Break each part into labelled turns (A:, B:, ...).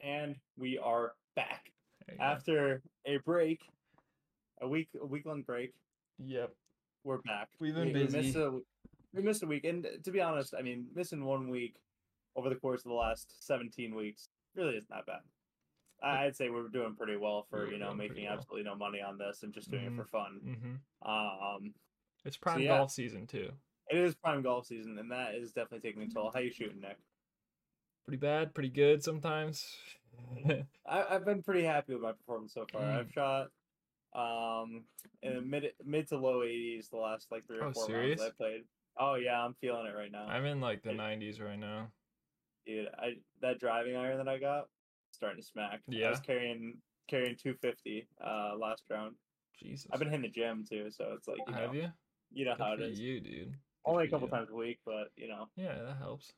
A: and we are back
B: There you go.
A: after a break, a week a week long break.
B: Yep.
A: We're back.
B: We've been
A: we, We missed,
B: busy.
A: a, we missed a week, and to be honest, I mean, missing one week over the course of the last seventeen weeks really is not bad. I- I'd say we're doing pretty well for
B: We're
A: you know
B: doing pretty
A: making
B: well.
A: absolutely no money on this and just doing
B: Mhm.
A: it for fun.
B: hmm
A: Um,
B: It's prime
A: yeah.
B: golf season too.
A: it is prime golf season, and that is definitely taking a toll. How you shooting, Nick?
B: Pretty bad, pretty good sometimes.
A: I, I've been pretty happy with my performance so far.
B: Mm.
A: I've shot um in the mid mid to low 80s the last like three or
B: Oh,
A: four
B: serious?
A: rounds I played. Oh yeah, I'm feeling it right now,
B: I'm in like the
A: It-
B: 90s right now.
A: dude. I that driving iron that I got starting to smack. I was
B: Yeah.
A: carrying carrying 250 uh last round.
B: Jesus.
A: I've been hitting the gym too, so it's like you know
B: Have you?
A: you know
B: Good
A: how it
B: for
A: is.
B: you, dude. Good
A: Only a
B: for
A: couple
B: you.
A: times a week, but you know,
B: Yeah, that helps.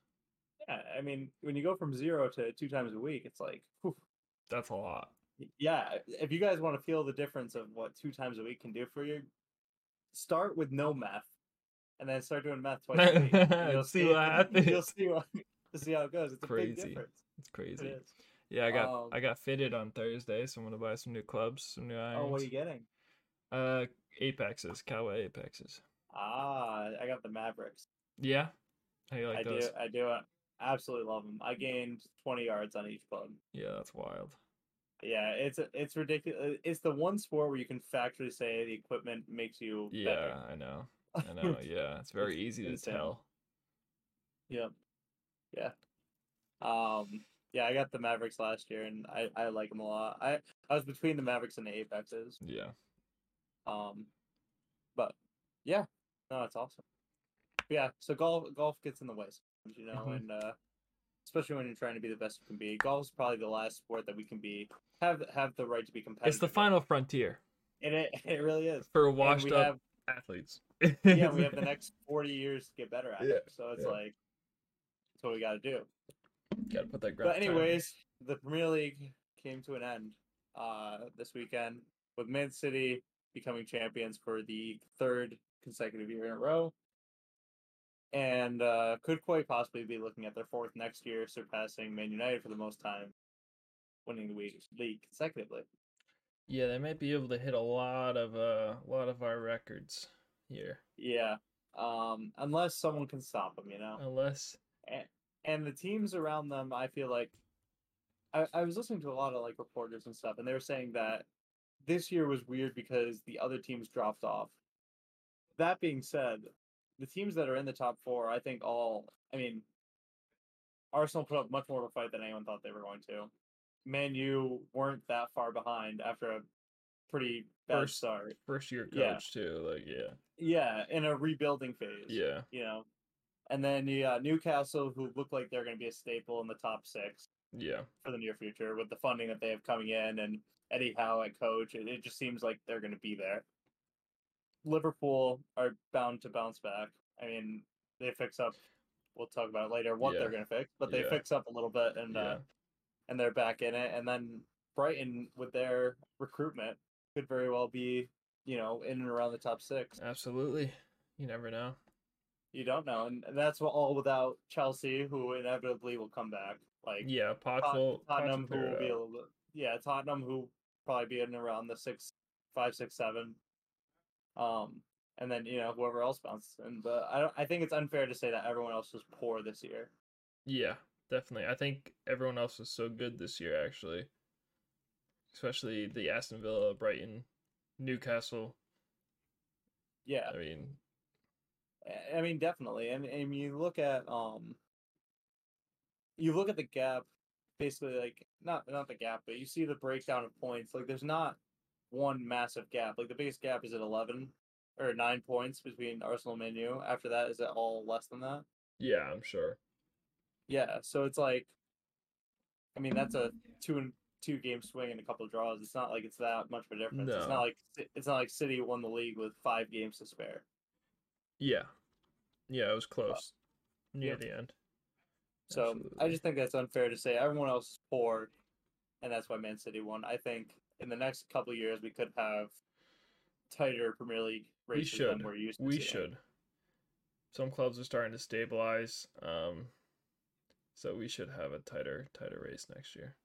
A: yeah. I mean, when you go from zero to two times a week, it's like, whew,
B: That's a lot.
A: Y- yeah if you guys want to feel the difference of what two times a week can do for you start with no meth and then start doing meth twice a week and
B: See what
A: you'll
B: happens.
A: see what you'll see how it goes it's a big
B: Crazy.
A: difference
B: It's
A: It
B: crazy.
A: is.
B: Yeah, I got
A: Um,
B: I got fitted on Thursday, so I'm gonna buy some new clubs, some new irons.
A: oh what are you getting
B: Uh, Apexes, Kawa Apexes.
A: ah i got the mavericks
B: Yeah, how you like
A: i
B: those?
A: do i do uh, absolutely love them i gained 20 yards on each club
B: Yeah, that's wild.
A: yeah it's it's ridiculous it's the one sport where you can factually say the equipment makes you
B: Yeah,
A: better.
B: I know. I know. Yeah, it's very easy to
A: insane.
B: tell.
A: Yep. Yeah. Um. Yeah, I got the Mavericks last year, and I I like them a lot. I I was between the Mavericks and the Apexes.
B: Yeah.
A: Um, but yeah, no, it's awesome. Yeah. So golf golf gets in the way, sometimes, you know,
B: Mhm.
A: and uh, especially when you're trying to be the best you can be. Golf's probably the last sport that we can be have have the right to be competitive.
B: It's the
A: in.
B: final frontier
A: And it it really is.
B: for
A: And
B: washed
A: we
B: up
A: have
B: athletes.
A: yeah, we have the next forty years to get better at
B: Yeah,
A: it. So it's
B: yeah.
A: like that's what we got to do.
B: Gotta put that
A: But
B: time in.
A: anyways, the Premier League came to an end uh, this weekend with Man City becoming champions for the third consecutive year in a row, and uh, could quite possibly be looking at their fourth next year, surpassing Man United for the most time winning the week, league consecutively.
B: Yeah, they might be able to hit a lot of uh, a lot of our records here,
A: Yeah, um, unless someone can stop them, you know.
B: unless
A: and the teams around them i feel like I, I was listening to a lot of like reporters and stuff and they were saying that this year was weird because the other teams dropped off that being said the teams that are in the top four i think all i mean arsenal put up much more of a fight than anyone thought they were going to man you weren't that far behind after a pretty bad
B: First-
A: start
B: first year
A: Yeah.
B: coach too. Like, yeah,
A: yeah in a rebuilding phase
B: yeah,
A: you know and then you got newcastle who look like they're going to be a staple in the top six
B: yeah.
A: for the near future with the funding that they have coming in and Eddie Howe at coach. It, it just seems like they're going to be there. Liverpool are bound to bounce back. I mean, they fix up. We'll talk about it later what
B: Yeah.
A: they're going to fix, but they
B: Yeah.
A: fix up a little bit and uh,
B: yeah.
A: and they're back in it. And then Brighton with their recruitment could very well be you know in and around the top six.
B: Absolutely. You never know.
A: You don't know, and that's all without Chelsea, who inevitably will come back. Like
B: Yeah, Potch
A: Tot-
B: will. Potch
A: Tottenham, who
B: figure
A: will
B: it
A: be a
B: out.
A: little bit, yeah, Tottenham, who probably be in around the six, five, six, seven, um, and then you know whoever else bounces in. But I don't, I think it's unfair to say that everyone else was poor this year.
B: Yeah, definitely. I think everyone else was so good this year, actually. Especially the Aston Villa, Brighton, Newcastle.
A: Yeah,
B: I mean,
A: I- I mean definitely, and and you look at um, you look at the gap, basically like not not the gap, but you see the breakdown of points. Like there's not one massive gap. Like the biggest gap is at eleven or nine points between Arsenal and Menu. After that, is it all less than that?
B: yeah, I'm sure.
A: Yeah, so it's like, I mean, that's a two and two game swing and a couple draws. It's not like it's that much of a difference. It's
B: No.
A: not like Ci- it's not like City won the league with five games to spare.
B: Yeah. Yeah, it was close. Near
A: Yep.
B: the end.
A: Uh, So I
B: Absolutely.
A: just think that's unfair to say everyone else is poor, and that's why Man City won. I think in the next couple of years we could have tighter Premier League
B: We
A: races
B: should.
A: than we're used to.
B: We
A: seeing.
B: should. Some clubs are starting to stabilize. Um, so we should have a tighter, tighter race next year.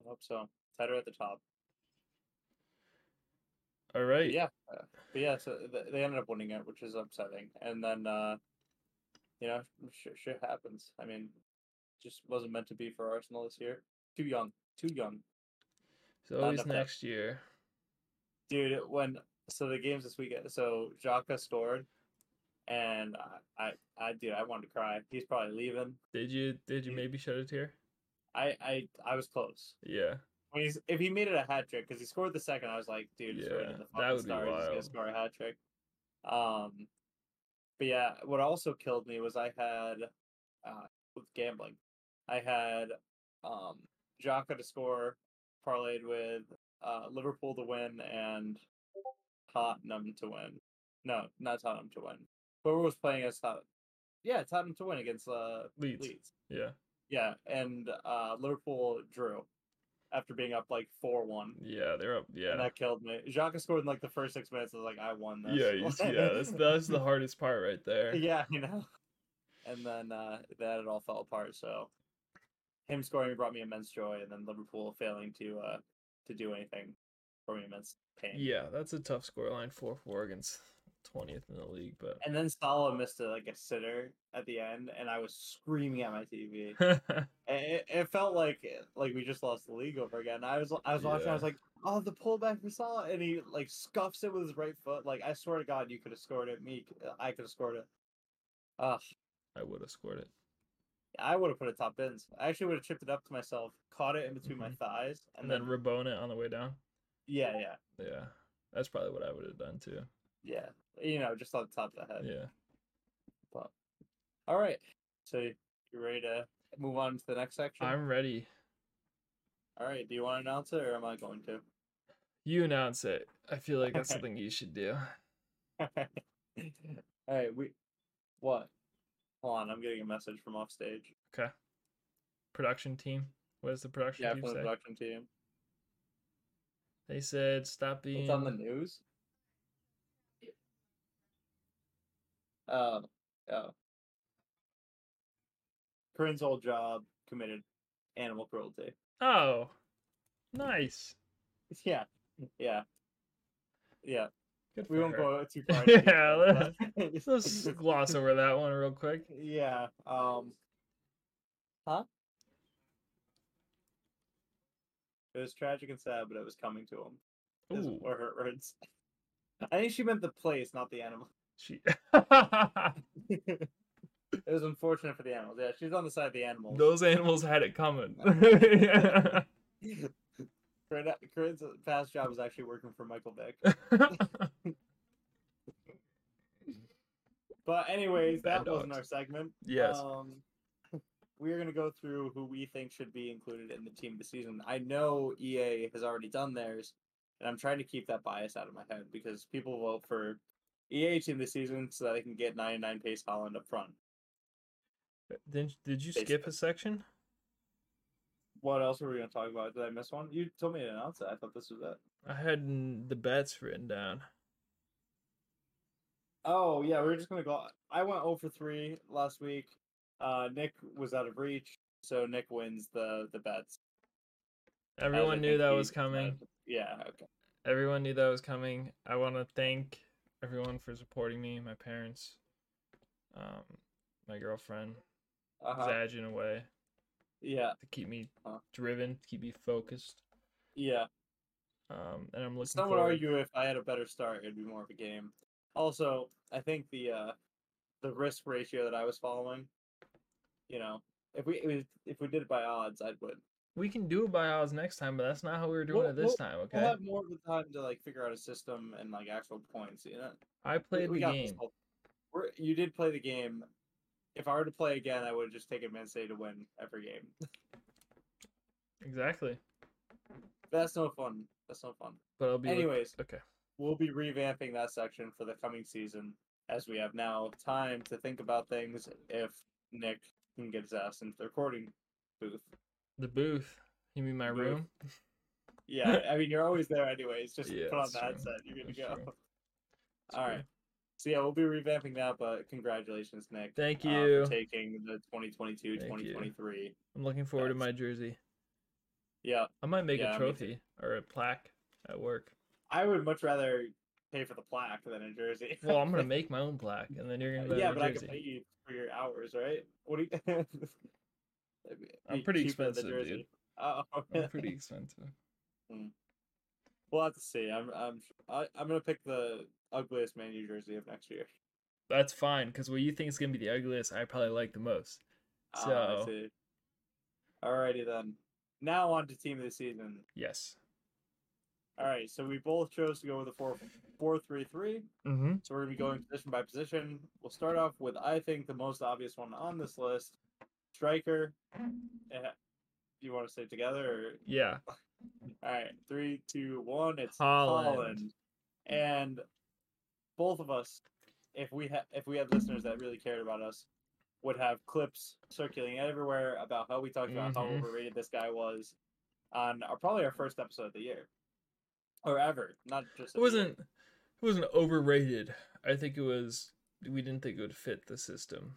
A: I hope so. Tighter at the top.
B: All right.
A: But yeah, uh, but yeah. So th- they ended up winning it, which is upsetting. And then, uh, you know, shit, shit happens. I mean, just wasn't meant to be for Arsenal this year. Too young. Too young.
B: So
A: not
B: always
A: enough depth.
B: next year.
A: dude it- when so the games this weekend so Jaka scored and I, I i dude i wanted to cry he's probably leaving
B: Did you did you
A: Yeah.
B: maybe shed a tear?
A: i i i was close
B: Yeah.
A: when he's if he made it a hat trick because he scored the second i was like dude he's right
B: Yeah,
A: in the fucking
B: that would be
A: stars he's gonna
B: wild.
A: score a hat trick um but yeah what also killed me was i had uh with gambling i had um Jaka to score parlayed with uh, Liverpool to win and Tottenham to win. No, not Tottenham to win. Whoever was playing as Tottenham. Yeah, Tottenham to win against uh,
B: Leeds.
A: Leeds.
B: Yeah.
A: Yeah, and uh, Liverpool drew after being up like 4 1.
B: Yeah, they're up. Yeah.
A: And that killed me. Xhaka scored in like the first six minutes. I was like, I won this.
B: yeah, you- yeah, that's that's the hardest part right there.
A: yeah, you know. And then uh, that it all fell apart. So him scoring brought me immense joy, and then Liverpool failing to uh, to do anything brought me immense pain.
B: Yeah, that's a tough scoreline, four four against twentieth in the league, but
A: And then Salah missed a, like a sitter at the end, and I was screaming at my TV. I- It, it felt like like we just lost the league over again. I was I was watching. I was
B: Yeah.
A: like, oh, the pullback for Salah, and he like scuffs it with his right foot. Like I swear to God, you could have scored it. Me, I could have scored it. Ugh.
B: I would have scored it.
A: I would have put it top bins. I actually would have chipped it up to myself, caught it in between my
B: Mhm.
A: thighs,
B: And then Rabona on the way down.
A: yeah, yeah,
B: Yeah. That's probably what I would have done too.
A: yeah. You know, just on top of the head.
B: Yeah.
A: But all right, so you ready to move on to the next section?
B: I'm ready.
A: All right. Do you want to announce it, or am I going to?
B: You announce it. I feel like that's something you should do.
A: all right. We what? Hold on. I'm getting a message from off stage.
B: Okay. Production team. What does the production
A: Yeah,
B: team
A: from the
B: say?
A: production team.
B: They said stop being
A: It's on the news. Um, oh. Corinne's old job committed animal cruelty.
B: Oh. Nice.
A: Yeah, yeah, yeah.
B: Good for
A: We won't
B: her.
A: go too far. into
B: Yeah,
A: detail,
B: Let's
A: but-
B: gloss over that one real quick.
A: yeah. Um. Huh. It was tragic and sad, but it was coming to him. is-
B: Ooh.
A: Or her words. I think she meant the place, not the animal.
B: She
A: It was unfortunate for the animals. Yeah, she's on the side of the animals.
B: Those animals had it coming.
A: Corinne- Corinne's past job was actually working for Michael Vick. But anyways,
B: Bad
A: that wasn't
B: dogs.
A: our segment.
B: yes.
A: Um, we are going to go through who we think should be included in the team this season. I know EA has already done theirs, and I'm trying to keep that bias out of my head because people vote for EA team this season so that they can get 99 pace Holland up front.
B: Did did you skip a
A: Uh, basically.
B: section?
A: What else were we going to talk about? Did I miss one? You told me to announce it. I thought this was it.
B: I had n- the bets written down.
A: Oh yeah, we were just gonna go. I went 0 for three last week. Uh, Nick was out of reach, so Nick wins the the bets. as I
B: Everyone knew
A: think
B: that
A: he
B: was coming.
A: Yeah. Okay.
B: Everyone knew that was coming. I want to thank everyone for supporting me, my parents, um, my girlfriend,
A: Uh huh.
B: Zaj in a way
A: Yeah.
B: to keep me
A: Uh-huh.
B: driven, to keep me focused.
A: Yeah.
B: Um, and I'm looking
A: Some would
B: forward.
A: argue if I had a better start, it'd be more of a game. Also, I think the uh the risk ratio that I was following, you know, if we if- if we did it by odds, I'd win.
B: We can do it by odds next time, but that's not how we were doing
A: We'll-
B: it this
A: we'll-
B: time. Okay.
A: We'll have more of the time to like figure out a system and like actual points. You know,
B: I
A: We-
B: played
A: we
B: the
A: got
B: game.
A: results. We're, you did play the game. If I were to play again, I would have just taken Man City to win every game.
B: Exactly.
A: That's no fun. That's no fun.
B: But I'll be. look-
A: Anyways,
B: Okay.
A: we'll be revamping that section for the coming season as we have now time to think about things if Nick can get his ass into the recording booth.
B: The booth. You mean my
A: Booth.
B: room?
A: Yeah, I mean, you're always there anyways. Just
B: Yeah,
A: put on
B: that's
A: the
B: true.
A: headset. You're good to
B: That's
A: go.
B: true.
A: All right. So, yeah, we'll be revamping that, but congratulations, Nick.
B: Thank
A: uh, for
B: you.
A: taking the 2022
B: Thank you.
A: 2023.
B: I'm looking forward to
A: That's-
B: my jersey.
A: Yeah,
B: I might make
A: Yeah,
B: a
A: me
B: trophy or a plaque at work.
A: I would much rather pay for the plaque than a jersey.
B: Well, I'm gonna make my own plaque, and then you're gonna.
A: Uh,
B: Buy
A: yeah,
B: me a
A: but I
B: jersey.
A: can pay you for your hours, right? What do you? It'd be-
B: I'm
A: be
B: pretty
A: cheaper than the
B: expensive,
A: jersey.
B: dude.
A: Oh,
B: I'm pretty expensive.
A: we'll have to see. I'm, I'm, I, I'm gonna pick the ugliest Man U jersey of next year.
B: That's fine, because what you think is gonna be the ugliest, I probably like the most.
A: Ah, I
B: So-
A: see. Alrighty then. Now on to team of the season.
B: Yes.
A: All right, so we both chose to go with a four four three three.
B: Mm-hmm.
A: So we're gonna be going position by position. We'll start off with I think the most obvious one on this list, striker. Eh, Do you want to say it together?
B: Yeah.
A: Or... All right, three, two, one. It's
B: Holland.
A: Holland. and both of us, if we had if we had listeners that really cared about us, would have clips circulating everywhere about how we talked about how
B: Mhm.
A: overrated this guy was on our, probably our first episode of the year or ever, not just.
B: It
A: of the year.
B: wasn't. It wasn't overrated. I think it was. We didn't think it would fit the system.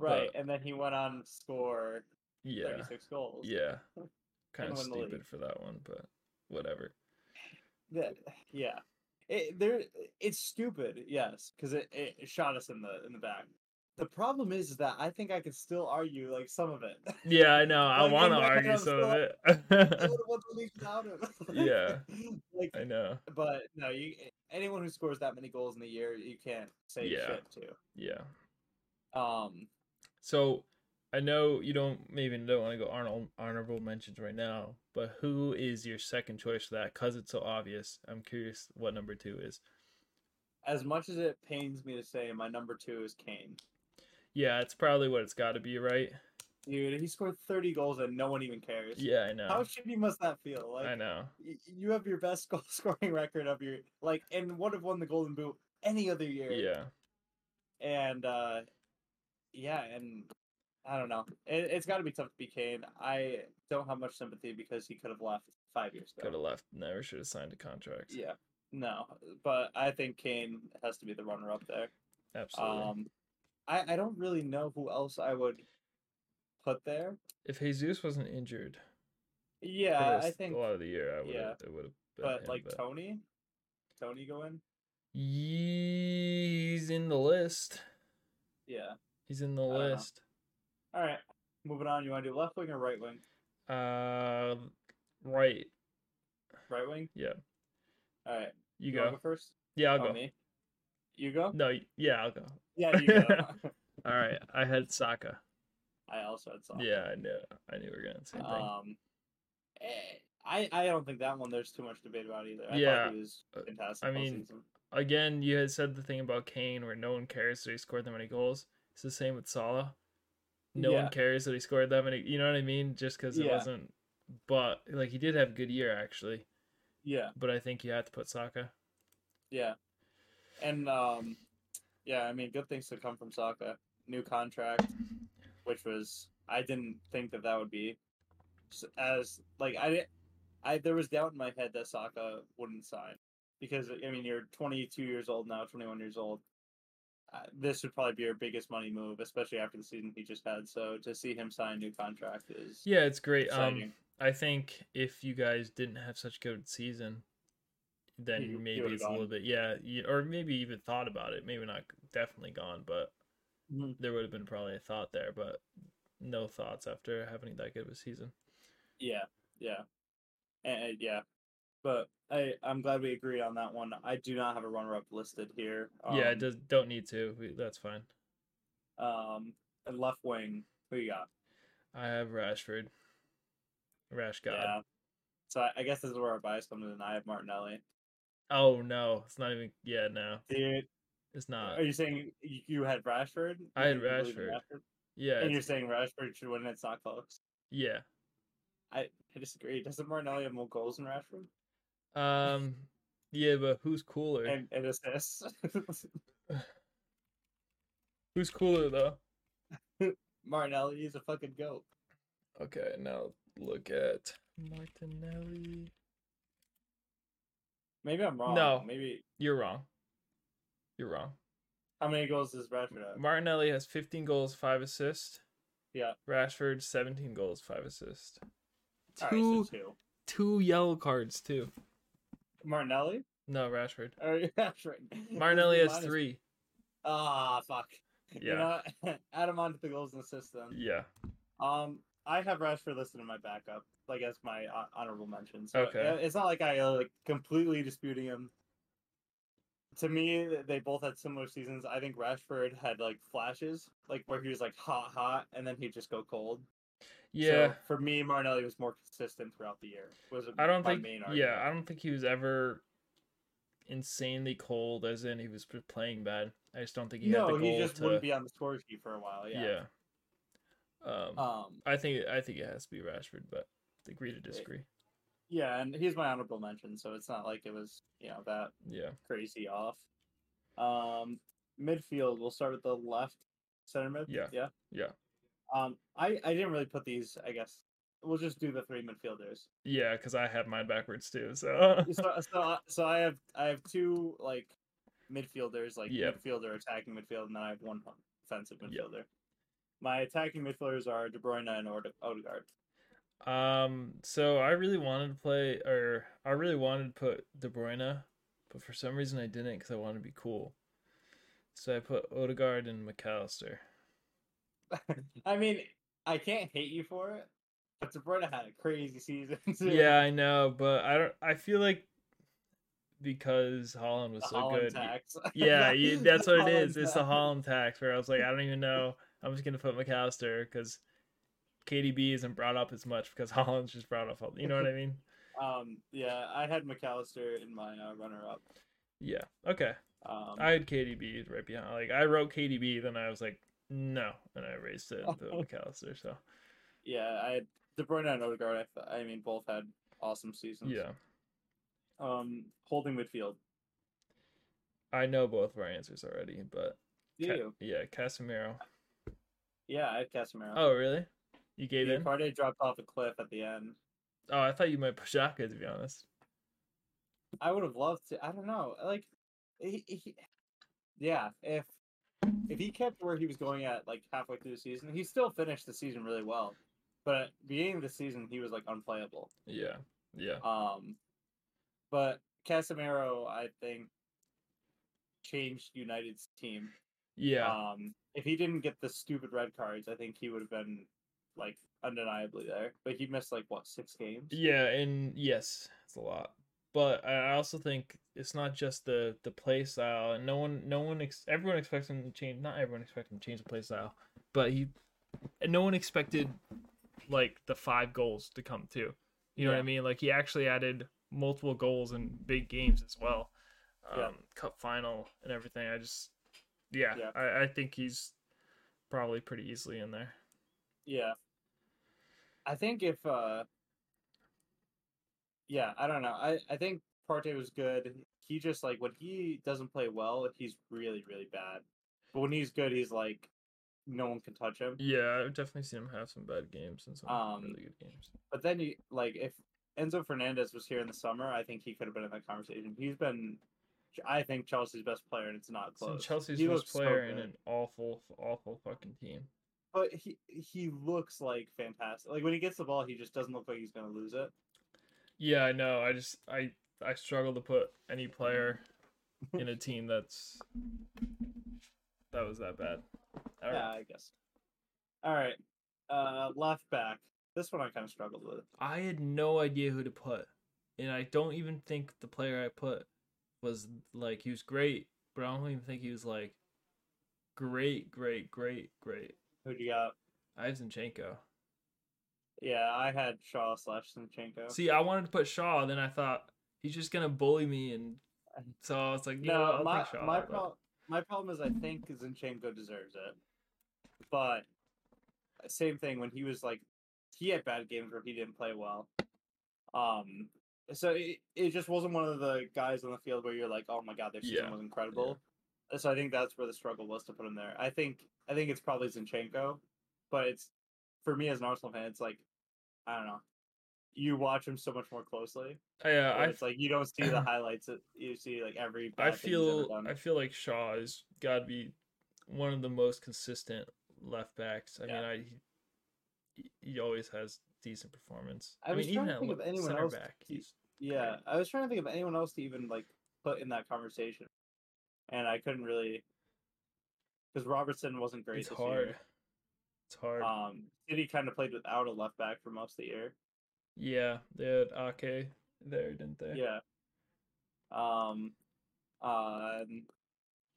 A: Right,
B: But,
A: and then he went on to score
B: yeah.
A: 36 goals.
B: Yeah. Kind of
A: win the league.
B: stupid for that one, but whatever.
A: That- yeah. It, there, it's stupid, yes, because it, it shot us in the in the back. The problem is that I think I could still argue like some of it.
B: Yeah, I know. I
A: Like,
B: want to
A: I'm not-
B: argue
A: I'm
B: some of
A: I
B: it.
A: would have won the league without him.
B: Yeah.
A: like,
B: I know.
A: but no, you anyone who scores that many goals in the year, you can't say
B: Yeah.
A: shit
B: Yeah.
A: to. Um,
B: So I know you don't maybe don't want to go Arnold honorable mentions right now, but who is your second choice for that? Cause it's so obvious. I'm curious what number two is.
A: as much as it pains me to say, my number two is Kane.
B: Yeah, it's probably what it's got to be, right?
A: Dude, he scored 30 goals and no one even cares.
B: Yeah, I
A: How
B: know.
A: shitty must that feel? Like,
B: I know.
A: y- you have your best goal scoring record of your like and would have won the golden boot any other year
B: Yeah,
A: and uh yeah and i don't know it, it's got to be tough to be kane i don't have much sympathy because he could have left five years
B: could
A: ago
B: have left. Never should have signed a contract.
A: yeah no but i think kane has to be the runner up there
B: absolutely.
A: um I, I don't really know who else i would put there
B: if Jesus wasn't injured, for
A: yeah i
B: this-
A: think
B: a lot of the year oh, I would
A: yeah.
B: have it would have. been
A: but
B: him,
A: like tony tony go in
B: he's in the list.
A: yeah
B: He's in the
A: don't know.
B: list.
A: all right moving on you want to do left wing or right wing
B: Uh, right.
A: Right wing?
B: Yeah.
A: All right.
B: You
A: wanna
B: go.
A: first?
B: Yeah, I'll
A: Oh,
B: go.
A: me? You go?
B: No, y- yeah, I'll go.
A: Yeah, you go.
B: All right, I had Saka.
A: I also had soft.
B: Yeah, I knew. I knew we were going to same thing.
A: Um, eh, I, I don't think that one there's too much debate about either. I
B: Yeah,
A: Thought he was
B: uh,
A: fantastic.
B: I
A: all
B: mean,
A: season.
B: Again, you had said the thing about Kane, where no one cares that he scored that many goals. It's the same with Salah. No
A: Yeah.
B: one cares that he scored that many. You know what I mean? Just because it
A: Yeah.
B: wasn't. But like he did have a good year actually.
A: yeah,
B: But I think you have to put Saka.
A: yeah. And, um, yeah, I mean, good things to come from Saka. New contract, which was, I didn't think that that would be s- as, like, I didn't. I there was doubt in my head that Saka wouldn't sign because I mean you're 22 years old now, 21 years old. Uh, this would probably be your biggest money move, especially after the season he just had. So to see him sign a new contract is
B: Yeah, it's great. Um,
A: exciting.
B: I think if you guys didn't have such good season, then
A: You- you
B: maybe
A: would've
B: it's a little
A: gone.
B: bit yeah, you, or maybe even thought about it. Maybe not definitely gone, but
A: Mhm.
B: there would have been probably a thought there, but no thoughts after having that good of a season.
A: yeah, yeah, and, and yeah. But I I'm glad we agree on that one. I do not have a runner up listed here.
B: yeah,
A: Um,
B: it does. Don't need to. We, that's fine.
A: Um, and left wing, who you got?
B: I have Rashford. Rash God.
A: Yeah. So I, I guess this is where our bias comes in. I have Martinelli.
B: Oh no, it's not even. Yeah, no,
A: Dude,
B: it's not.
A: Are you saying you you had Rashford? You
B: Uh, I had
A: think you believe in
B: Rashford. Yeah,
A: And you're
B: it's,
A: saying Rashford should win? and It's not close.
B: yeah.
A: I, I disagree. Doesn't Martinelli have more goals than Rashford
B: Um, yeah, but who's cooler?
A: and, and assists?
B: Who's cooler though?
A: Martinelli is a fucking goat.
B: Okay, now look at Martinelli.
A: Maybe I'm wrong.
B: No.
A: Maybe
B: You're wrong. You're wrong.
A: how many goals does Rashford have?
B: Martinelli has 15 goals, 5 assists.
A: Yeah.
B: Rashford 17 goals, 5 assists. Two,
A: All right, so two.
B: two yellow cards too.
A: Martinelli?
B: No, Rashford.
A: Or, that's right.
B: Martinelli has
A: Minus-
B: three.
A: Ah, fuck. You
B: Yeah.
A: know, what? add him on to the goals and assists then.
B: Yeah.
A: Um, I have Rashford listed in my backup, like as my uh, honorable mention. So
B: Okay.
A: uh, it's not like I uh, like completely disputing him. To me, th- they both had similar seasons. I think Rashford had like flashes, like where he was like hot, hot, and then he'd just go cold.
B: Yeah.
A: So for me, Martinelli was more consistent throughout the year. Was
B: I don't
A: my
B: think.
A: Main
B: Yeah,
A: argument.
B: I don't think he was ever insanely cold, as in he was p- playing bad. I just don't think he had
A: no,
B: the goal
A: he just
B: to.
A: wouldn't be on the score sheet for a while. Yeah.
B: yeah. Um,
A: Um.
B: I think I think it has to be Rashford, but I agree
A: eh.
B: to disagree.
A: Yeah, and he's my honorable mention, so it's not like it was you know that
B: Yeah.
A: crazy off. Um, midfield. We'll start with the left center mid.
B: Yeah,
A: yeah,
B: yeah.
A: Um, I I didn't really put these. I guess we'll just do the three midfielders.
B: Yeah, because I had mine backwards too. So
A: so so I- so I have I have two like midfielders, like
B: Yeah.
A: midfielder attacking midfield, and then I have one offensive
B: Yeah.
A: midfielder. My attacking midfielders are De Bruyne and Ode- Odegaard.
B: Um, so I really wanted to play, or I really wanted to put De Bruyne, but for some reason I didn't because I wanted to be cool. So I put Odegaard and McAllister.
A: I mean, I can't hate you for it, but De Bruyne had a crazy season. too.
B: Yeah, I know, but I don't. I feel like because Holland was
A: The
B: so
A: Holland
B: good.
A: tax.
B: Yeah, you, that's
A: The
B: what it
A: Holland
B: is. It's the
A: tax.
B: Holland tax where I was like, I don't even know. I'm just gonna put McAllister because KDB isn't brought up as much because Holland's just brought up. all- You know what I mean?
A: Um, yeah, I had McAllister in my uh, runner-up.
B: Yeah. Okay.
A: Um,
B: I had KDB right behind. Like I wrote KDB, then I was like, no, and I erased it and put McAllister. So
A: yeah, I had De Bruyne and Odegaard. I, th- I mean, both had awesome seasons.
B: yeah,
A: Um, holding midfield.
B: I know both of our answers already, but
A: Do Uh-huh.
B: Ca-
A: you?
B: yeah, Casemiro.
A: Yeah, I had Casemiro.
B: Oh really? You gave
A: yeah,
B: in?
A: Partey dropped off a cliff at the end.
B: Oh, I thought you might put Xhaka to be honest.
A: I would have loved to. I don't know. Like, he, he, yeah, if if he kept where he was going at like halfway through the season, he still finished the season really well. But at the beginning of the season, he was like unplayable.
B: Yeah, yeah,
A: Um, but Casemiro, I think, changed United's team.
B: yeah.
A: Um, if he didn't get the stupid red cards, I think he would have been like undeniably there. But he missed like what six games?
B: Yeah, and yes, it's a lot. But I I also think it's not just the the play style, and no one, no one, ex- everyone expects him to change. Not everyone expected him to change the play style, but he, and no one expected like the five goals to come too. You know what I
A: Yeah.
B: mean? Like he actually added multiple goals in big games as well, um,
A: Yeah.
B: cup final and everything. I just, yeah,
A: Yeah.
B: I, I think he's probably pretty easily in there.
A: Yeah. I think if uh yeah, I don't know. I I think Partey was good. He just like when he doesn't play well, he's really really bad. But when he's good, he's like no one can touch him.
B: Yeah, I've definitely seen him have some bad games and some
A: Um,
B: really good games.
A: But then you like if Enzo Fernandez was here in the summer, I think he could have been in that conversation. He's been, I think Chelsea's best player, and it's not
B: It's in
A: close.
B: Chelsea's
A: He
B: best
A: looks so
B: player in
A: good.
B: an awful, awful fucking team.
A: but he he looks like fantastic. Like when he gets the ball, he just doesn't look like he's gonna lose it.
B: Yeah, I know. I just I I struggle to put any player in a team that's that was that bad. All
A: yeah,
B: right.
A: I guess. All right, uh, left back. This one I kind of struggled with.
B: I had no idea who to put, and I don't even think the player I put was like he was great, but I don't even think he was like great, great, great, great.
A: Who do you got?
B: I have Zinchenko.
A: Yeah, I had Shaw slash Sinchenko.
B: See, I wanted to put Shaw, then I thought he's just gonna bully me, and so I was like, no,
A: no,
B: I'll
A: my
B: take Shaw.
A: my,
B: but-
A: pro- my problem is I think Zinchenko deserves it, but same thing when he was like he had bad games where he didn't play well. Um, so it, it just wasn't one of the guys on the field where you're like, oh my god, their season
B: Yeah,
A: was incredible. So I think that's where the struggle was to put him there. I think I think it's probably Zinchenko, but it's for me as an Arsenal fan, it's like I don't know. You watch him so much more closely.
B: yeah,
A: where
B: I
A: it's like you don't see the highlights. That you see like every.
B: I
A: bad thing he's ever
B: feel
A: done.
B: I feel like Shaw has got to be one of the most consistent left backs. I
A: Yeah.
B: mean, I he always has decent performance.
A: I was trying to think of
B: le-
A: anyone
B: center
A: else
B: back,
A: he-
B: he's
A: Yeah, I was trying to think of anyone else to even like put in that conversation, and I couldn't really because Robertson wasn't great.
B: it's
A: this
B: hard.
A: Year.
B: It's hard.
A: Um, City kind of played without a left back for most of the year.
B: yeah, they had Ake there, didn't they?
A: Yeah. Um, um,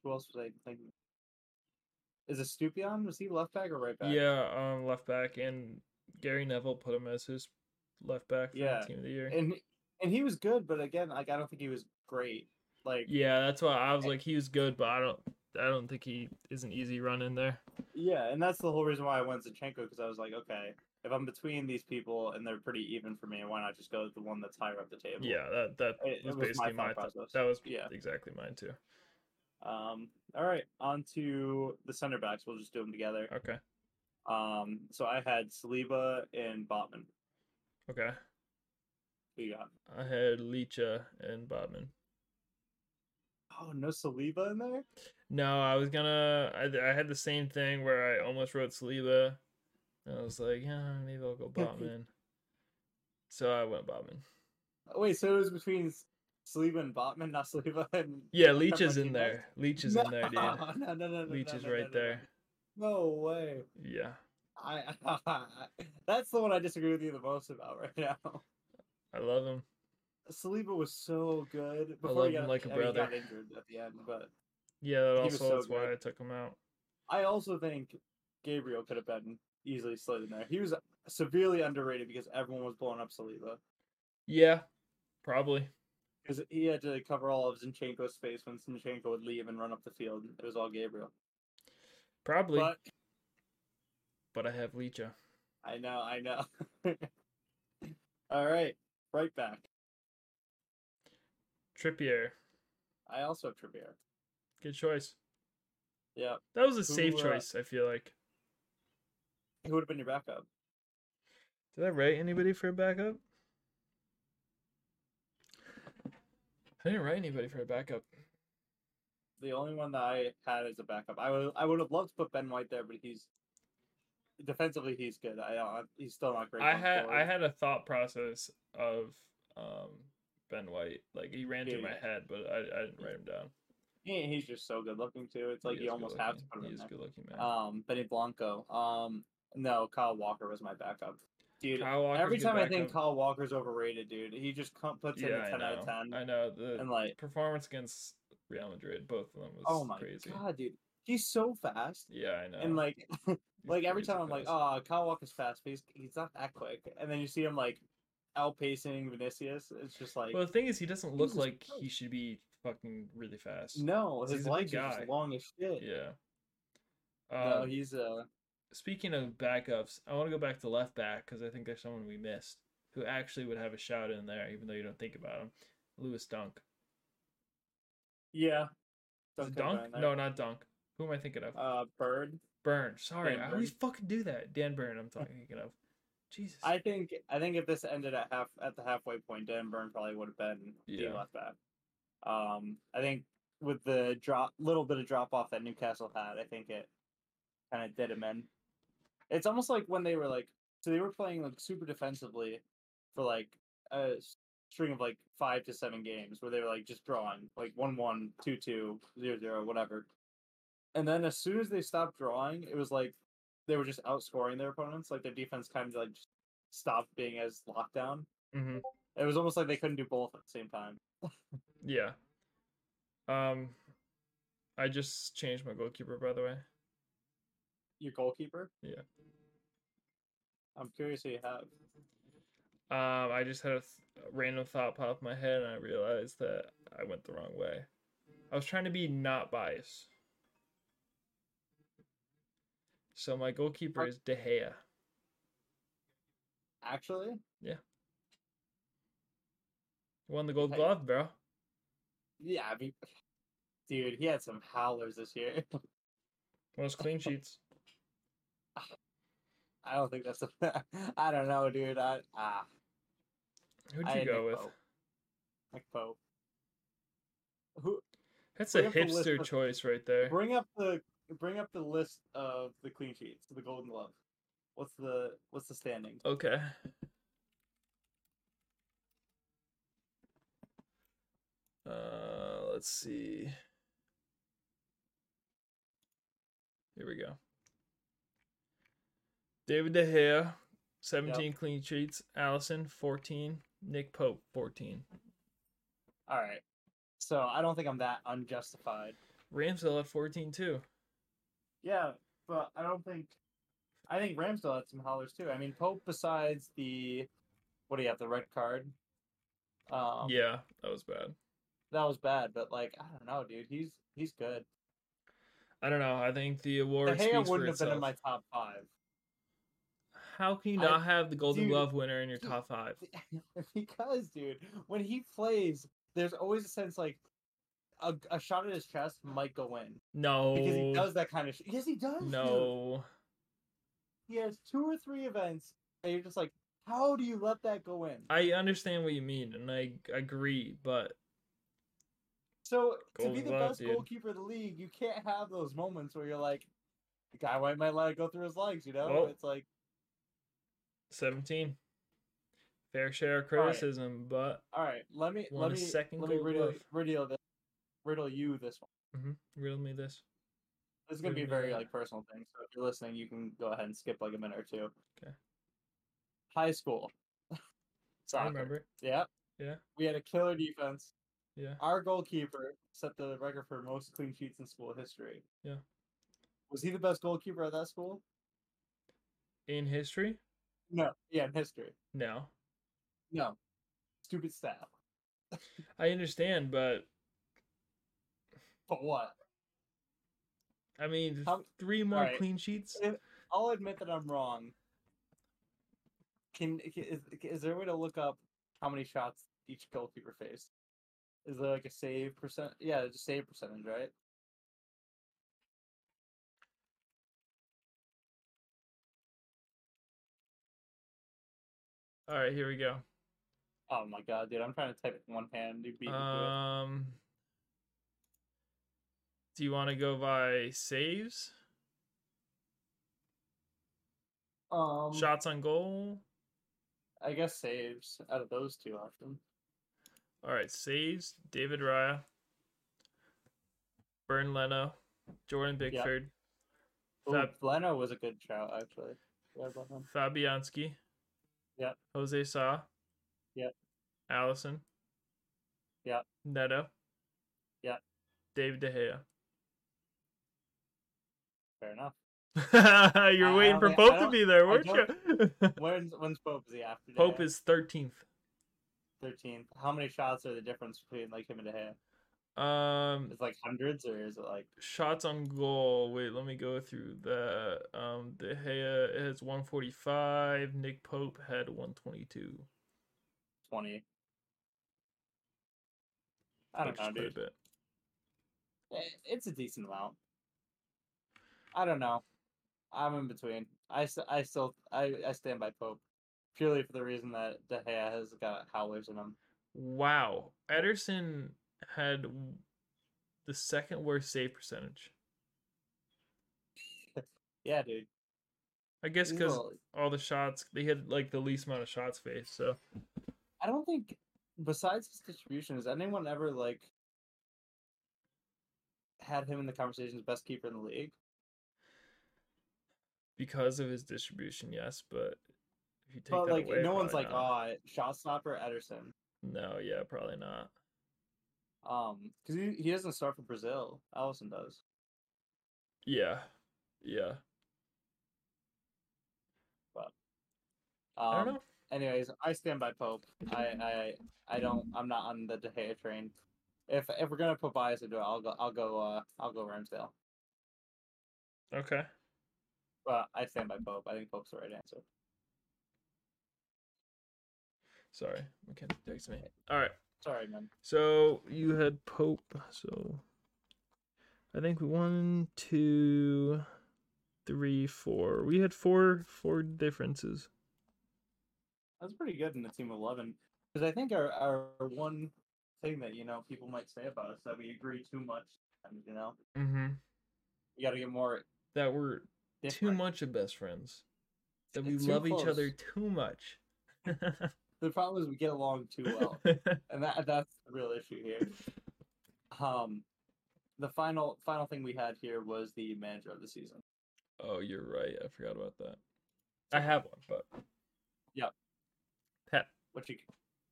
A: who else was I thinking? Is it Stupion? Was he left back or right back?
B: Yeah, um, left back and Gary Neville put him as his left back for
A: Yeah,
B: the team of the year.
A: and and he was good, but again, like I don't think he was great. Like
B: yeah, that's why I was like, he was good, but I don't, I don't think he is an easy run in there.
A: Yeah, and that's the whole reason why I went Zinchenko because I was like, okay, if I'm between these people and they're pretty even for me, why not just go with the one that's higher up the table?
B: Yeah, that that
A: It- it
B: was
A: was my
B: basically my,
A: thought
B: thought.
A: process.
B: That was
A: Yeah.
B: exactly mine too.
A: Um. All right, on to the center backs. We'll just do them together.
B: Okay,
A: Um. So I had Saliba and Botman.
B: okay.
A: Who you got?
B: I had Lecha and Bobman.
A: Oh, no Saliba in there.
B: No, I was gonna. I, I had the same thing where I almost wrote Saliba. And I was like, yeah, maybe I'll go Bobman. so I went Bobman.
A: Wait, so it was between S- Saliba and Botman, not Saliba and.
B: Yeah, Leach is in
A: Martinez?
B: there. Leach is
A: no,
B: in there, dude.
A: No, no, no, no,
B: Leach
A: no,
B: is
A: no,
B: right
A: no, no.
B: there.
A: No way.
B: Yeah,
A: I, that's the one I disagree with you the most about right now.
B: I love him.
A: Saliba was so good before
B: love
A: he
B: him
A: got,
B: like a
A: I mean, he got
B: brother.
A: injured at the end. But
B: Yeah, that
A: He
B: also
A: was so
B: that's why
A: good.
B: I took him out.
A: I also think Gabriel could have been easily slid in there. He was severely underrated because everyone was blowing up Saliba
B: Yeah, probably.
A: because he had to cover all of Zinchenko's space when Zinchenko would leave and run up the field. It was all Gabriel.
B: Probably. But,
A: But
B: I have Lecha.
A: I know, I know. all right, right back.
B: Trippier.
A: I also have Trippier.
B: Good choice.
A: Yeah,
B: That was a safe
A: Who, uh,
B: choice, I feel like.
A: who would have been your backup?
B: Did I write anybody for a backup? I didn't write anybody for a backup.
A: The only one that I had as a backup, I would I would have loved to put Ben White there, but he's defensively he's good. I don't, he's still not great.
B: I
A: going
B: had I
A: forward.
B: had a thought process of um Ben White. Like he ran through my
A: Yeah.
B: head, but I, I didn't write him down.
A: He- he's just so good looking too. It's like
B: He
A: you
B: is
A: almost
B: good
A: have to put
B: looking. He
A: him in
B: is a
A: there.
B: good looking man.
A: Um, Benny Blanco. Um, no, Kyle Walker was my backup, dude.
B: Kyle Walker's
A: every
B: good
A: time I think
B: backup.
A: Kyle Walker's overrated, dude, he just come, puts in
B: yeah,
A: a
B: I
A: ten out of
B: know.
A: ten,
B: I know the
A: and like,
B: performance against Real Madrid, both of them was
A: oh my
B: crazy.
A: god, dude, he's so fast.
B: Yeah, I know.
A: And like,
B: He's
A: like every
B: crazy
A: time I'm like,
B: fast.
A: oh, Kyle Walker's fast, but he's, he's not that quick. And then you see him like outpacing Vinicius. It's just like,
B: well, the thing is, he doesn't look
A: Jesus
B: like he
A: Christ.
B: should be fucking really fast.
A: no,
B: he's
A: his
B: a big
A: legs are
B: guy.
A: just long as shit.
B: Yeah.
A: No,
B: Um,
A: he's uh,
B: speaking of backups, I want to go back to left back because I think there's someone we missed who actually would have a shot in there, even though you don't think about him. Lewis Dunk.
A: yeah.
B: Is it
A: Duncan
B: Dunk?
A: Byrne there.
B: No, not Dunk. Who am I thinking of?
A: Uh, Bird.
B: Burn. Sorry,
A: Dan
B: I always fucking do that. Dan Burn. I'm talking thinking of. Jesus.
A: I think I think if this ended at half at the halfway point, Dan Burn probably would have been
B: Yeah.
A: the left back. Um, I think with the drop, little bit of drop off that Newcastle had, I think it kind of did him in. It's almost like when they were like, so they were playing like super defensively for like a s- string of like five to seven games where they were like just drawing like one one two two zero zero whatever, and then as soon as they stopped drawing, it was like they were just outscoring their opponents. Like their defense kind of like just stopped being as locked down.
B: hmm
A: It was almost like they couldn't do both at the same time.
B: Yeah. Um, I just changed my goalkeeper, by the way.
A: Your goalkeeper.
B: Yeah.
A: I'm curious who you have.
B: Um, I just had a, th- a random thought pop in my head, and I realized that I went the wrong way. I was trying to be not biased. So my goalkeeper
A: Are-
B: is De Gea.
A: Actually,
B: Won the Gold
A: Hey.
B: Glove, bro.
A: yeah, I mean, dude, he had some howlers this year.
B: Most clean sheets.
A: I don't think that's a. I don't know, dude. I ah,
B: Who'd
A: I
B: you
A: had
B: go
A: Nick
B: with?
A: Pope. Nick Pope. Who
B: That's
A: Bring
B: a
A: up the list
B: hipster
A: of-
B: choice right there.
A: bring up the bring up the list of the clean sheets, the Golden Glove. What's the what's the standings?
B: Okay. Uh, let's see. Here we go. David De Gea, 17 clean sheets. Allison, 14. Nick Pope, 14.
A: All right. So I don't think I'm that unjustified.
B: Ramsdale at 14, too.
A: Yeah, but I don't think. I think Ramsdale had some hollers too. I mean, Pope besides the, what do you have? The red card. Um,
B: yeah, that was bad.
A: that was bad. But like, I don't know, dude. He's he's good.
B: I don't know. I think the award
A: De Gea
B: speaks for
A: wouldn't have
B: itself.
A: been in my top five.
B: How can you
A: I-
B: not have the Golden
A: dude,
B: Glove winner in your
A: he-
B: top five?
A: because, dude, when he plays, there's always a sense like a, a shot at his chest might go in
B: No.
A: because he does that kind of. Sh- yes, he does. dude.
B: No.
A: he has two or three events, and you're just like, how do you let that go in?
B: I understand what you mean, and I agree, but
A: So to be
B: Golden
A: the
B: Glove,
A: best
B: dude.
A: goalkeeper of the league, you can't have those moments where you're like, the guy might might let it go through his legs. You know,
B: Well,
A: it's like
B: 17. Fair share of
A: Alright.
B: criticism, but
A: all right, let me
B: won
A: let
B: a
A: me
B: second
A: let me
B: Golden
A: riddle,
B: Glove.
A: riddle this, riddle you this one.
B: mhm, riddle me this.
A: This is gonna be a
B: Riddle me
A: very
B: that.
A: like personal thing. So if you're listening, you can go ahead and skip like a minute or two.
B: 'Kay.
A: High school.
B: I
A: Soccer.
B: remember. it.
A: Yeah.
B: Yeah.
A: We had a killer defense.
B: Yeah.
A: Our goalkeeper set the record for most clean sheets in school history.
B: Yeah.
A: Was he the best goalkeeper at that school?
B: In history?
A: No. Yeah, in history.
B: No.
A: No. Stupid stat.
B: I understand, but
A: But what?
B: I mean,
A: How-
B: three more
A: alright.
B: clean sheets?
A: I'll admit that I'm wrong. Can c- is, is there a way to look up how many shots each goalkeeper faced? Is there like a save percent? Yeah, just save percentage, right?
B: All right, here we go.
A: Oh my god, dude! I'm trying to type it in one hand. You beat me to it.
B: Um, do you want to go by saves, Uh,
A: Um,
B: shots on goal?
A: I guess saves out of those two options.
B: All right, saves: David Raya, Burn Leno, Jordan Bickford,
A: Ooh,
B: Fab-
A: Leno was a good shout actually. Yeah, about him.
B: Fabianski,
A: Yep.
B: Jose Sa,
A: Yep.
B: Allison,
A: Yep.
B: Neto,
A: Yep.
B: David De Gea.
A: Fair enough.
B: you were
A: I- I don't
B: waiting for
A: think- I
B: Pope to
A: don't-
B: be there,
A: I
B: weren't you?
A: When's when's Pope is he after? De
B: Pope
A: Gea?
B: is thirteenth.
A: 13th. How many shots are the difference between like him and De Gea?
B: Um,
A: It's like hundreds, or is it like
B: shots on goal. Wait, let me go through that. Um, De Gea has 145. Nick Pope had 122.
A: 20? I don't
B: which is
A: know,
B: quite a
A: dude.
B: bit.
A: I- It's a decent amount. I don't know. I'm in between. I, s- I still I, I stand by Pope purely for the reason that De Gea has got howlers in him.
B: Wow, Ederson had w- the second worst save percentage.
A: Yeah, dude.
B: I guess
A: He's a
B: because
A: little-
B: all the shots they had like the least amount of shots faced. So
A: I don't think besides his distribution, has anyone ever like had him in the conversation as best keeper in the league?
B: because of his distribution, yes, but if you take
A: But
B: that
A: like
B: away,
A: no one's
B: probably
A: like,
B: not.
A: ah, shot stopper Ederson.
B: no, yeah, probably not.
A: Um, because he, he doesn't start for Brazil. Allison does.
B: Yeah, yeah.
A: Um,
B: I don't know.
A: Anyways, I stand by Pope. I, I I don't. I'm not on the De Gea train. If if we're gonna put bias into it, I'll go. I'll go. Uh, I'll go Ramsdale.
B: Okay.
A: But I stand by Pope. I think Pope's the right answer.
B: Sorry, McKenzie text me. All right,
A: Sorry, man.
B: so you had Pope. So I think one, two, three, four. We had four, four differences.
A: That's pretty good in the team of eleven. Because I think our our one thing that you know people might say about us that we agree too much. And, you know,
B: Mm-hmm.
A: you got to get more
B: That were too
A: different.
B: much of best friends. that we
A: It's too
B: love each
A: close.
B: other too much.
A: The problem is we get along too well, and that that's the real issue here. Um, the final final thing we had here was the manager of the season.
B: oh, you're right. I forgot about that. I have one, but
A: Yep.
B: Pep.
A: What you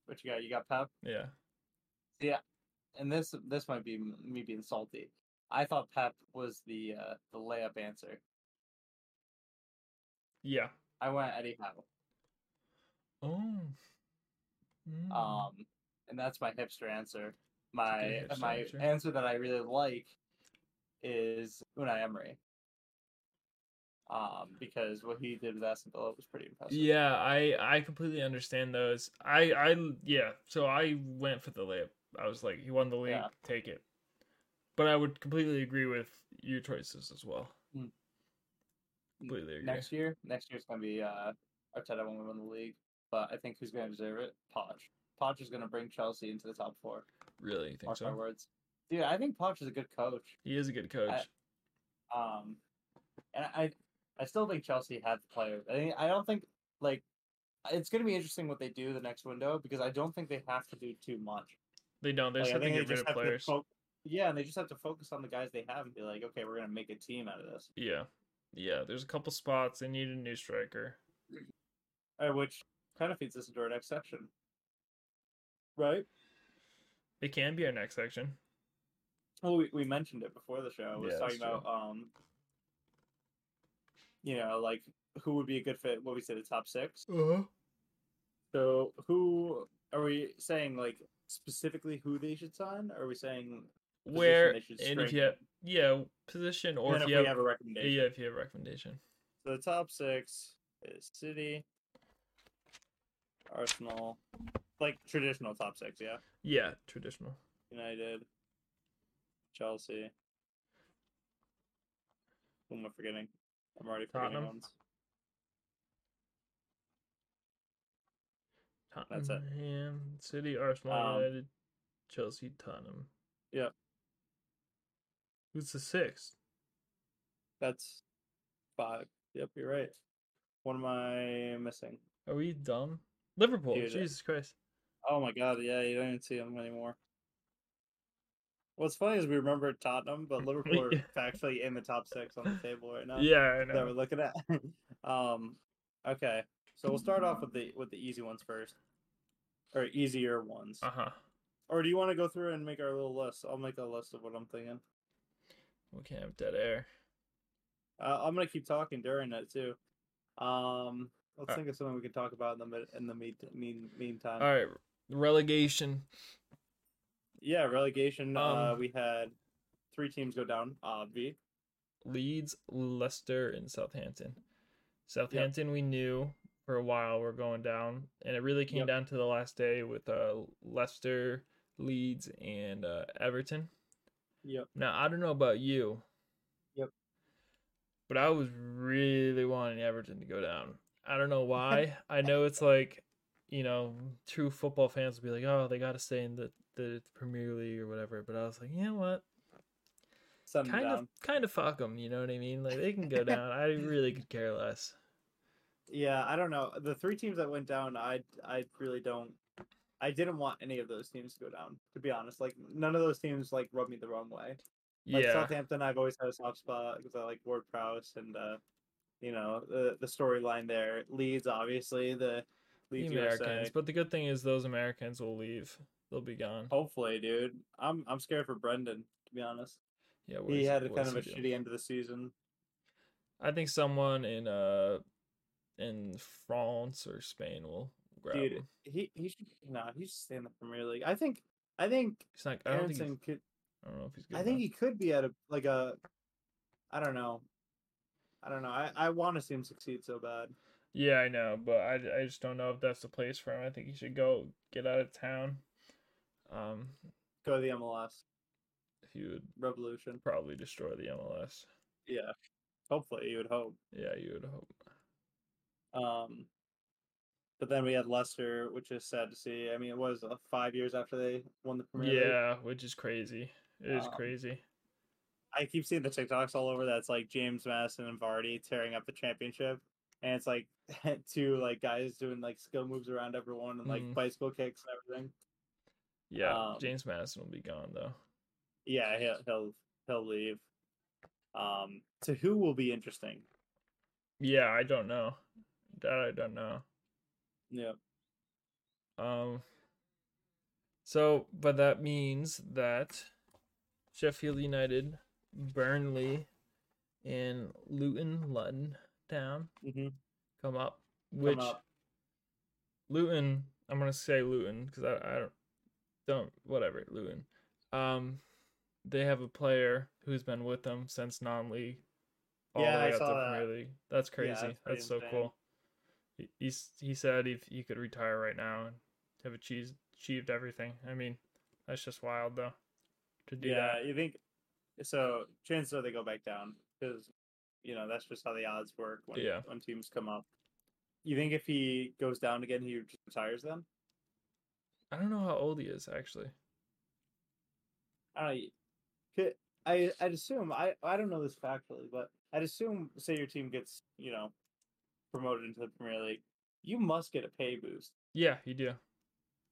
A: what you got? You got Pep.
B: Yeah.
A: and this this might be m- me being salty. I thought Pep was the uh, the layup answer.
B: Yeah.
A: I went Eddie Howe,
B: Oh. Mm.
A: um, and that's my hipster answer. My
B: hipster
A: my
B: answer.
A: answer that I really like is Unai Emery, um, because what he did with Aston Villa was pretty impressive.
B: Yeah, I I completely understand those. I I yeah. So I went for the layup. I was like, he won the league,
A: Yeah.
B: take it. But I would completely agree with your choices as well.
A: Mm.
B: Completely agree.
A: Next year, next year's gonna be uh, Arteta when we win the league, but I think who's gonna deserve it? Podge. Podge is gonna bring Chelsea into the top four.
B: Really, you think
A: Mark my
B: so?
A: words. Dude, I think Podge is a good coach.
B: He is a good coach.
A: Um, and I, I still think Chelsea had the players. I think- I don't think like it's going to be interesting what they do the next window because I don't think they have to do too much.
B: they don't. They just
A: Like, I
B: have to
A: think
B: get
A: they
B: rid
A: just
B: of
A: have to
B: players.
A: fo- yeah, and they just have to focus on the guys they have and be like, okay, we're going to make a team out of this.
B: Yeah, yeah. There's a couple spots. They need a new striker.
A: Uh, which kind of feeds us into our next section, right?
B: It can be our next section.
A: Well, we, we mentioned it before the show. I was
B: Yeah,
A: talking
B: that's true.
A: about um, you know, like who would be a good fit? What we say the top six.
B: Uh-huh.
A: So who are we saying like specifically who they should sign? Or are we saying
B: Where
A: they should
B: and if
A: strengthen.
B: you have, yeah position or
A: and
B: if
A: if
B: you
A: we have
B: have,
A: a recommendation?
B: yeah if you have a recommendation.
A: So the top six is City, Arsenal, like traditional top six, yeah.
B: Yeah, traditional.
A: United, Chelsea. Who am I forgetting? I'm already forgetting
B: Tottenham.
A: ones. That's it.
B: Tottenham, City, Arsenal,
A: Um,
B: United, Chelsea, Tottenham.
A: Yep.
B: Who's the sixth?
A: That's five. Yep, you're right. What am I missing?
B: Are we dumb? Liverpool.
A: Dude, uh,
B: Jesus Christ.
A: Oh my god, yeah, you don't even see them anymore. What's funny is we remember Tottenham, but Liverpool are
B: Yeah.
A: actually in the top six on the table right now.
B: yeah, I
A: that we're
B: know.
A: looking at. um, okay, so we'll start off with the with the easy ones first, or easier ones.
B: Uh huh.
A: Or do you want to go through and make our little list? I'll make a list of what I'm thinking.
B: We can't have dead air.
A: Uh, I'm gonna keep talking during that too. Um, let's
B: Alright.
A: think of something we can talk about in the mid- in the mean, mean, meantime.
B: All right, relegation.
A: Yeah, relegation. uh,
B: Um,
A: we had three teams go down. uh, Obvi.
B: Leeds, Leicester, and Southampton. Southampton, we knew for a while we're going down, and it really came
A: Yep.
B: down to the last day with uh, Leicester, Leeds, and uh, Everton.
A: Yep.
B: Now I don't know about you.
A: Yep.
B: But I was really wanting Everton to go down. I don't know why. I know it's like, you know, true football fans will be like, "Oh, they got to stay in the the Premier League or whatever." But I was like, "You know what?
A: Send them
B: Kind
A: down.
B: of kind of fuck them, you know what I mean? Like they can go down. I really could care less."
A: Yeah, I don't know. The three teams that went down, I I really don't. I didn't want any of those teams to go down. To be honest, like none of those teams like rubbed me the wrong way. Like
B: yeah.
A: Southampton, I've always had a soft spot because I like Ward Prowse and uh, you know the the storyline there. Leeds, obviously the
B: The
A: Leeds
B: Americans,
A: USA.
B: but the good thing is those Americans will leave. They'll be gone.
A: Hopefully, dude. I'm I'm scared for Brendan. To be honest,
B: yeah, what
A: he
B: is-
A: had a
B: what
A: kind
B: is
A: of a
B: he doing?
A: shitty end of the season.
B: I think someone in uh in France or Spain will grab
A: Dude,
B: him.
A: He he should no, he should stay in the Premier League. I think I think
B: He's not. I don't think. He's,
A: Aronson could.
B: I don't know if he's good.
A: I think
B: enough.
A: he could be at a like a I don't know. I don't know. I, I want to see him succeed so bad.
B: Yeah, I know, but I, I just don't know if that's the place for him. I think he should go get out of town. Um,
A: Go to the MLS
B: he would
A: revolution.
B: probably destroy the MLS.
A: Yeah. Hopefully you would hope.
B: Yeah, you would hope.
A: Um but then we had Leicester, which is sad to see. I mean, it was uh, five years after they won the Premier League.
B: Yeah, which is crazy. It is
A: Um,
B: crazy.
A: I keep seeing the TikToks all over that's like James Madison and Vardy tearing up the championship. and it's like two like guys doing like skill moves around everyone and like
B: Mhm.
A: bicycle kicks and everything.
B: Yeah,
A: Um,
B: James Madison will be gone though.
A: Yeah, he'll he'll he'll leave. Um, to who will be interesting.
B: Yeah, I don't know. That I don't know.
A: Yeah,
B: Um. So, but that means that Sheffield United, Burnley, and Luton, Luton Town
A: mm-hmm.
B: come up. Which
A: up.
B: Luton, I'm gonna say Luton because I, I don't don't whatever Luton. Um, they have a player who's been with them since non-league, all
A: Yeah,
B: the
A: I
B: way up to
A: saw that.
B: Premier League. That's crazy.
A: that's pretty
B: that's so
A: insane.
B: cool. He he's, he said if he could retire right now and have achieved achieved everything. I mean, that's just wild though. To do
A: yeah.
B: that,
A: You think so? Chances are they go back down because you know that's just how the odds work when
B: Yeah.
A: when teams come up. You think if he goes down again, he just retires then?
B: I don't know how old he is actually.
A: I don't know. Could, I I'd assume I I don't know this factually, but I'd assume say your team gets you know promoted into the Premier League, you must get a pay boost.
B: Yeah, you do.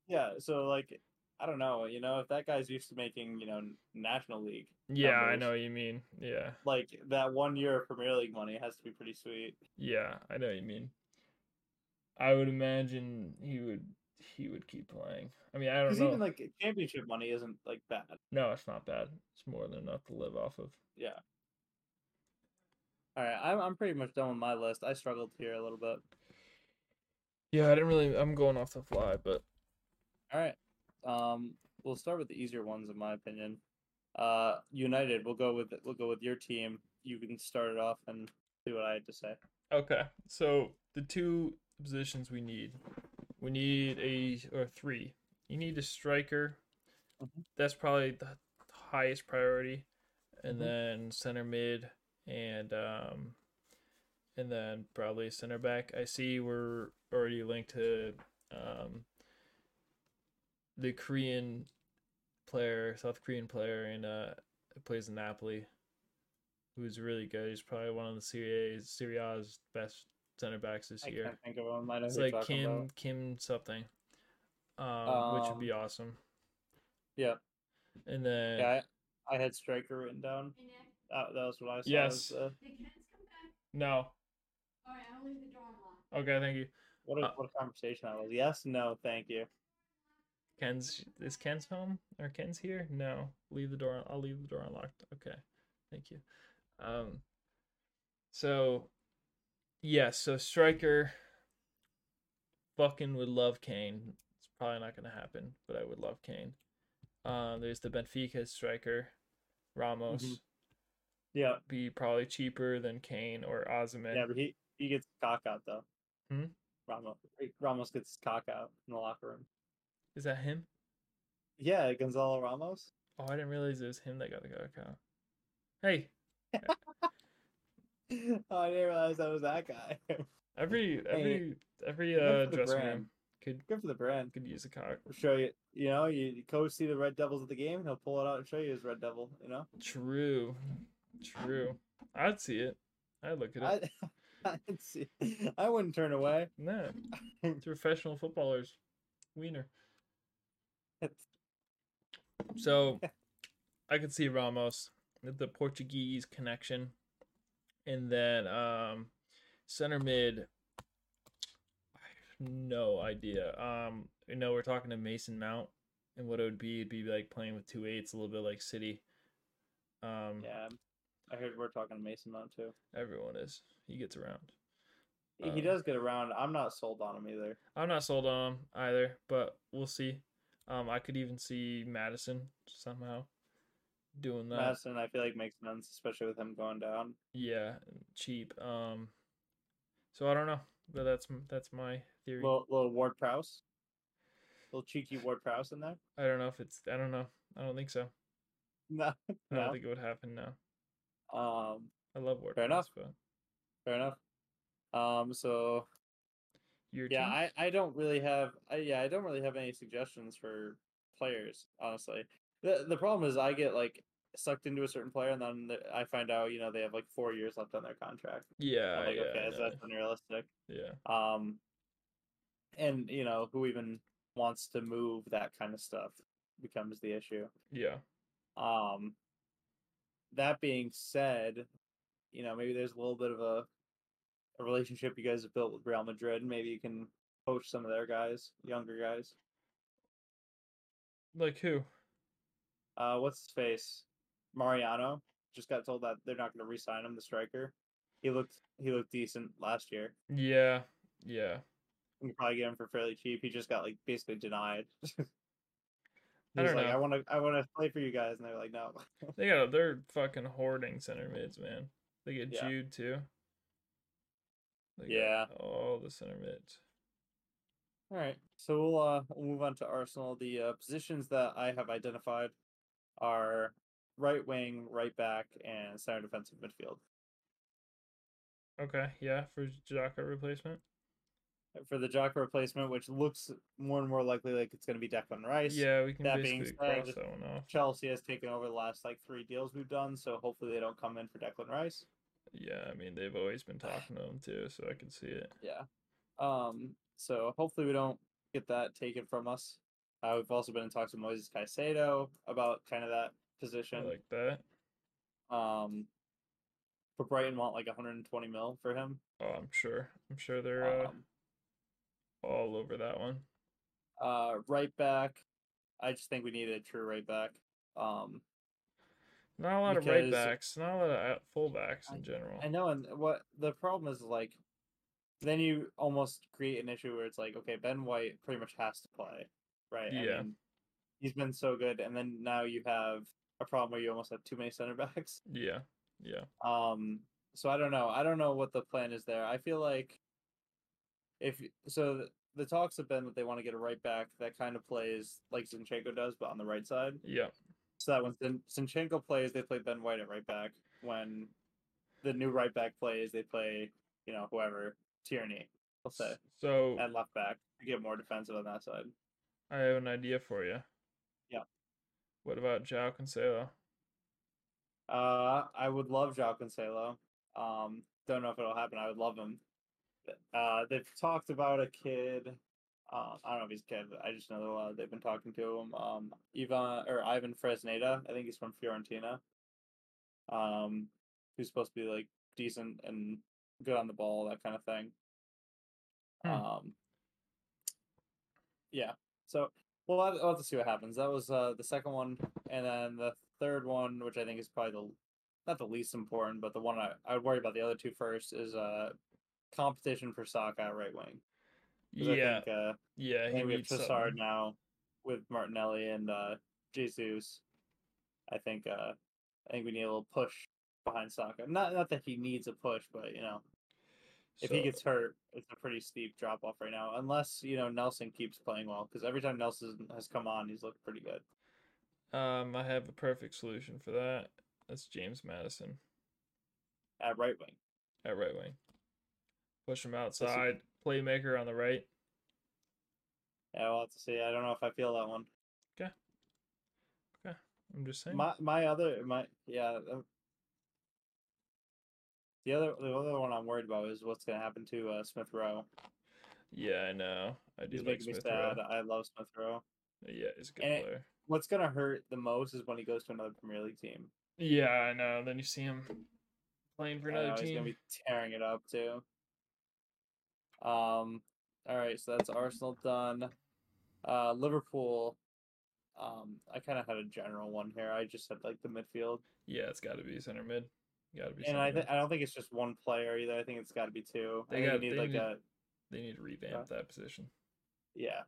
A: Yeah, so like I don't know, you know, if that guy's used to making you know National League,
B: Yeah, I
A: Numbers.
B: know what you mean. Yeah,
A: like that one year of Premier League money has to be pretty sweet.
B: Yeah, I know what you mean. I would imagine he would he would keep playing. I mean, I don't
A: Because
B: know.
A: even like championship money isn't like bad.
B: no, it's not bad. It's more than enough to live off of.
A: All right, I'm I'm pretty much done with my list. I struggled here a little bit.
B: Yeah, I didn't really. I'm going off the fly, but
A: All right, um, we'll start with the easier ones in my opinion. Uh, United, we'll go with we'll go with your team. You can start it off and see what I had to say.
B: okay. So the two positions we need, we need a or three. You need a striker.
A: Mhm.
B: That's probably the highest priority, and
A: Mhm.
B: then center mid and um and then probably center back. I see we're already linked to um, the Korean player, South Korean player, and uh, who plays in Napoli, who's really good. He's probably one of the Serie A's, Serie A's best center backs this
A: I
B: year.
A: can't think of them. I know
B: It's
A: who you're
B: like
A: talking
B: Kim
A: about.
B: Kim something, um, which would be awesome.
A: Yeah.
B: And then
A: Yeah, I, I had striker written down. That, that was what I saw.
B: Yes.
A: as, uh,
C: Did Ken's come back?
B: no,
C: All right, I'll leave the door unlocked.
B: okay, thank you.
A: what a
B: Uh,
A: what a conversation I was. Yes, no, thank you.
B: Ken's is Ken's home or Ken's here? No, leave the door. I'll leave the door unlocked. Okay, thank you. Um, so yeah, so striker. Fucking would love Kane. It's probably not gonna happen, but I would love Kane. Um, there's the Benfica striker, Ramos.
A: Mhm. Yeah,
B: Be probably cheaper than Kane or Osimhen.
A: yeah, but he he gets cock out though.
B: Hmm?
A: Ramos Ramos gets his cock out in the locker room.
B: Is that him?
A: Yeah, Gonzalo Ramos.
B: Oh, I didn't realize it was him that got the go count. Hey,
A: oh, I didn't realize that was that guy. Good
B: every every every
A: good
B: uh,
A: for the
B: dressing
A: brand.
B: room could
A: for the brand.
B: could use a cock.
A: We'll show you. You know, you you go see the Red Devils at the game. He'll pull it out and show you his Red Devil. You know,
B: True, true. I'd see it. I'd look at it.
A: I, I didn't see. I wouldn't turn away.
B: No, it's professional footballers. Wiener. Mm. So, I could see Ramos, the Portuguese connection, and then um, center mid. I have no idea. Um, you know, we're talking to Mason Mount, and what it would be, it'd be like playing with two eights, a little bit like City. Um,
A: Yeah, I heard we're talking to Mason Mount too.
B: everyone is. He gets around.
A: He- he
B: Uh,
A: does get around. I'm not sold on him either.
B: I'm not sold on him either, but we'll see. Um, I could even see Madison somehow doing that.
A: Madison, I feel like makes sense, especially with him going down.
B: Yeah, cheap. Um, so I don't know, but that's m- that's my theory.
A: Little, little Ward Prowse, little cheeky Ward Prowse in there.
B: I don't know if it's. I don't know. I don't think so.
A: No,
B: I don't
A: no.
B: think it would happen. No,
A: Um,
B: I love WordPress.
A: Fair enough.
B: But
A: fair enough. Um, so
B: your
A: yeah,
B: team?
A: I, I don't really have I, yeah I don't really have any suggestions for players honestly. the The problem is I get like sucked into a certain player, and then th- I find out you know they have like four years left on their contract.
B: Yeah,
A: I'm like,
B: Uh, yeah,
A: okay,
B: I
A: so
B: know.
A: that's unrealistic.
B: yeah.
A: Um, and you know who even wants to move that kind of stuff becomes the issue.
B: Yeah.
A: Um, that being said, you know, maybe there's a little bit of a, a relationship you guys have built with Real Madrid. Maybe you can poach some of their guys, younger guys.
B: Like who?
A: Uh, what's his face? Mariano just got told that they're not going to re-sign him. The striker. He looked he looked decent last year.
B: Yeah, yeah.
A: You could probably get him for fairly cheap. He just got like basically denied. He's
B: I don't
A: like,
B: know.
A: I want to I want to play for you guys, and they're like, no.
B: They got they're fucking hoarding center mids, man. They get
A: Yeah.
B: Jude too. They got
A: Yeah.
B: all the center mids.
A: All right, so we'll uh we'll move on to Arsenal. The uh, positions that I have identified are right wing, right back, and center defensive midfield.
B: Okay, yeah, for Jaka replacement.
A: For the Jaka replacement, which looks more and more likely like it's going to be Declan Rice.
B: Yeah, we can
A: that being
B: basically cross
A: said,
B: that one off.
A: Chelsea has taken over the last like three deals we've done, so hopefully they don't come in for Declan Rice.
B: Yeah, I mean they've always been talking to him too, so I can see it.
A: Yeah. Um. So hopefully we don't get that taken from us. Uh, we've also been in talks with Moises Caicedo about kind of that
B: I
A: position.
B: like that.
A: Um, but Brighton want like 120 mil for him.
B: Oh, I'm sure. I'm sure they're uh,
A: Um,
B: all over that one.
A: uh, right back. I just think we need a true right back. Um,
B: Not a lot of right
A: because-
B: backs. Not a lot of out- fullbacks in general.
A: I know, and what the problem is like, then you almost create an issue where it's like, okay, Ben White pretty much has to play, right?
B: Yeah.
A: I mean, he's been so good, and then now you have a problem where you almost have too many center backs.
B: Yeah, yeah.
A: Um, so I don't know. I don't know what the plan is there. I feel like if y- so, th- the talks have been that they want to get a right back that kind of plays like Zinchenko does, but on the right side.
B: Yeah.
A: So that when Zin- Zinchenko plays, they play Ben White at right back. When the new right back plays, they play you know whoever Tierney. I'll say
B: So
A: at left back to get more defensive on that side.
B: I have an idea for you.
A: Yeah.
B: What about Jao Cancelo?
A: Uh, I would love Jao Cancelo. Um, don't know if it'll happen. I would love him. Uh, they've talked about a kid. Uh, I don't know if he's a kid. I just know uh, they've been talking to him. Um, Ivan or Ivan Fresneda. I think he's from Fiorentina. Um, who's supposed to be like decent and good on the ball, that kind of thing.
B: Hmm.
A: Um, yeah. So well, I'll, I'll have to see what happens. That was uh, the second one, and then the third one, which I think is probably the not the least important, but the one I I would worry about the other two first is uh competition for Saka at right wing. 'Cause
B: Yeah,
A: I think, uh,
B: yeah.
A: I think we have
B: needs something.
A: Trossard now with Martinelli and uh, Jesus. I think uh, I think we need a little push behind Saka. Not not that he needs a push, but you know if he
B: So-
A: gets hurt, it's a pretty steep drop off right now. Unless you know Nelson keeps playing well, because every time Nelson has come on, he's looked pretty good.
B: um, I have a perfect solution for that. That's James Madison
A: At right wing,
B: at right wing. Push him outside, playmaker on the right.
A: yeah, we'll have to see. I don't know if I feel that one.
B: I'm just saying.
A: My my other my yeah. um, The other the other one I'm worried about is what's going to happen to uh, Smith Rowe.
B: yeah, I know. I do
A: He's
B: like
A: making me
B: Smith
A: sad.
B: Rowe.
A: I love Smith Rowe.
B: Yeah, he's a good
A: And it-
B: player.
A: What's going to hurt the most is when he goes to another Premier League team.
B: Yeah, I know. Then you see him playing for
A: I know,
B: another
A: He's
B: team.
A: gonna be tearing it up too. Um. All right, so that's Arsenal done. Uh, Liverpool. Um, I kind of had a general one here. I just said like the midfield,
B: Yeah, it's got to be center mid. Got to be.
A: and
B: center
A: I
B: mid.
A: th- I don't think it's just one player either. I think it's got to be two.
B: They
A: I think
B: got-
A: you need
B: they
A: like
B: need-
A: a
B: they need to revamp that position.
A: yeah.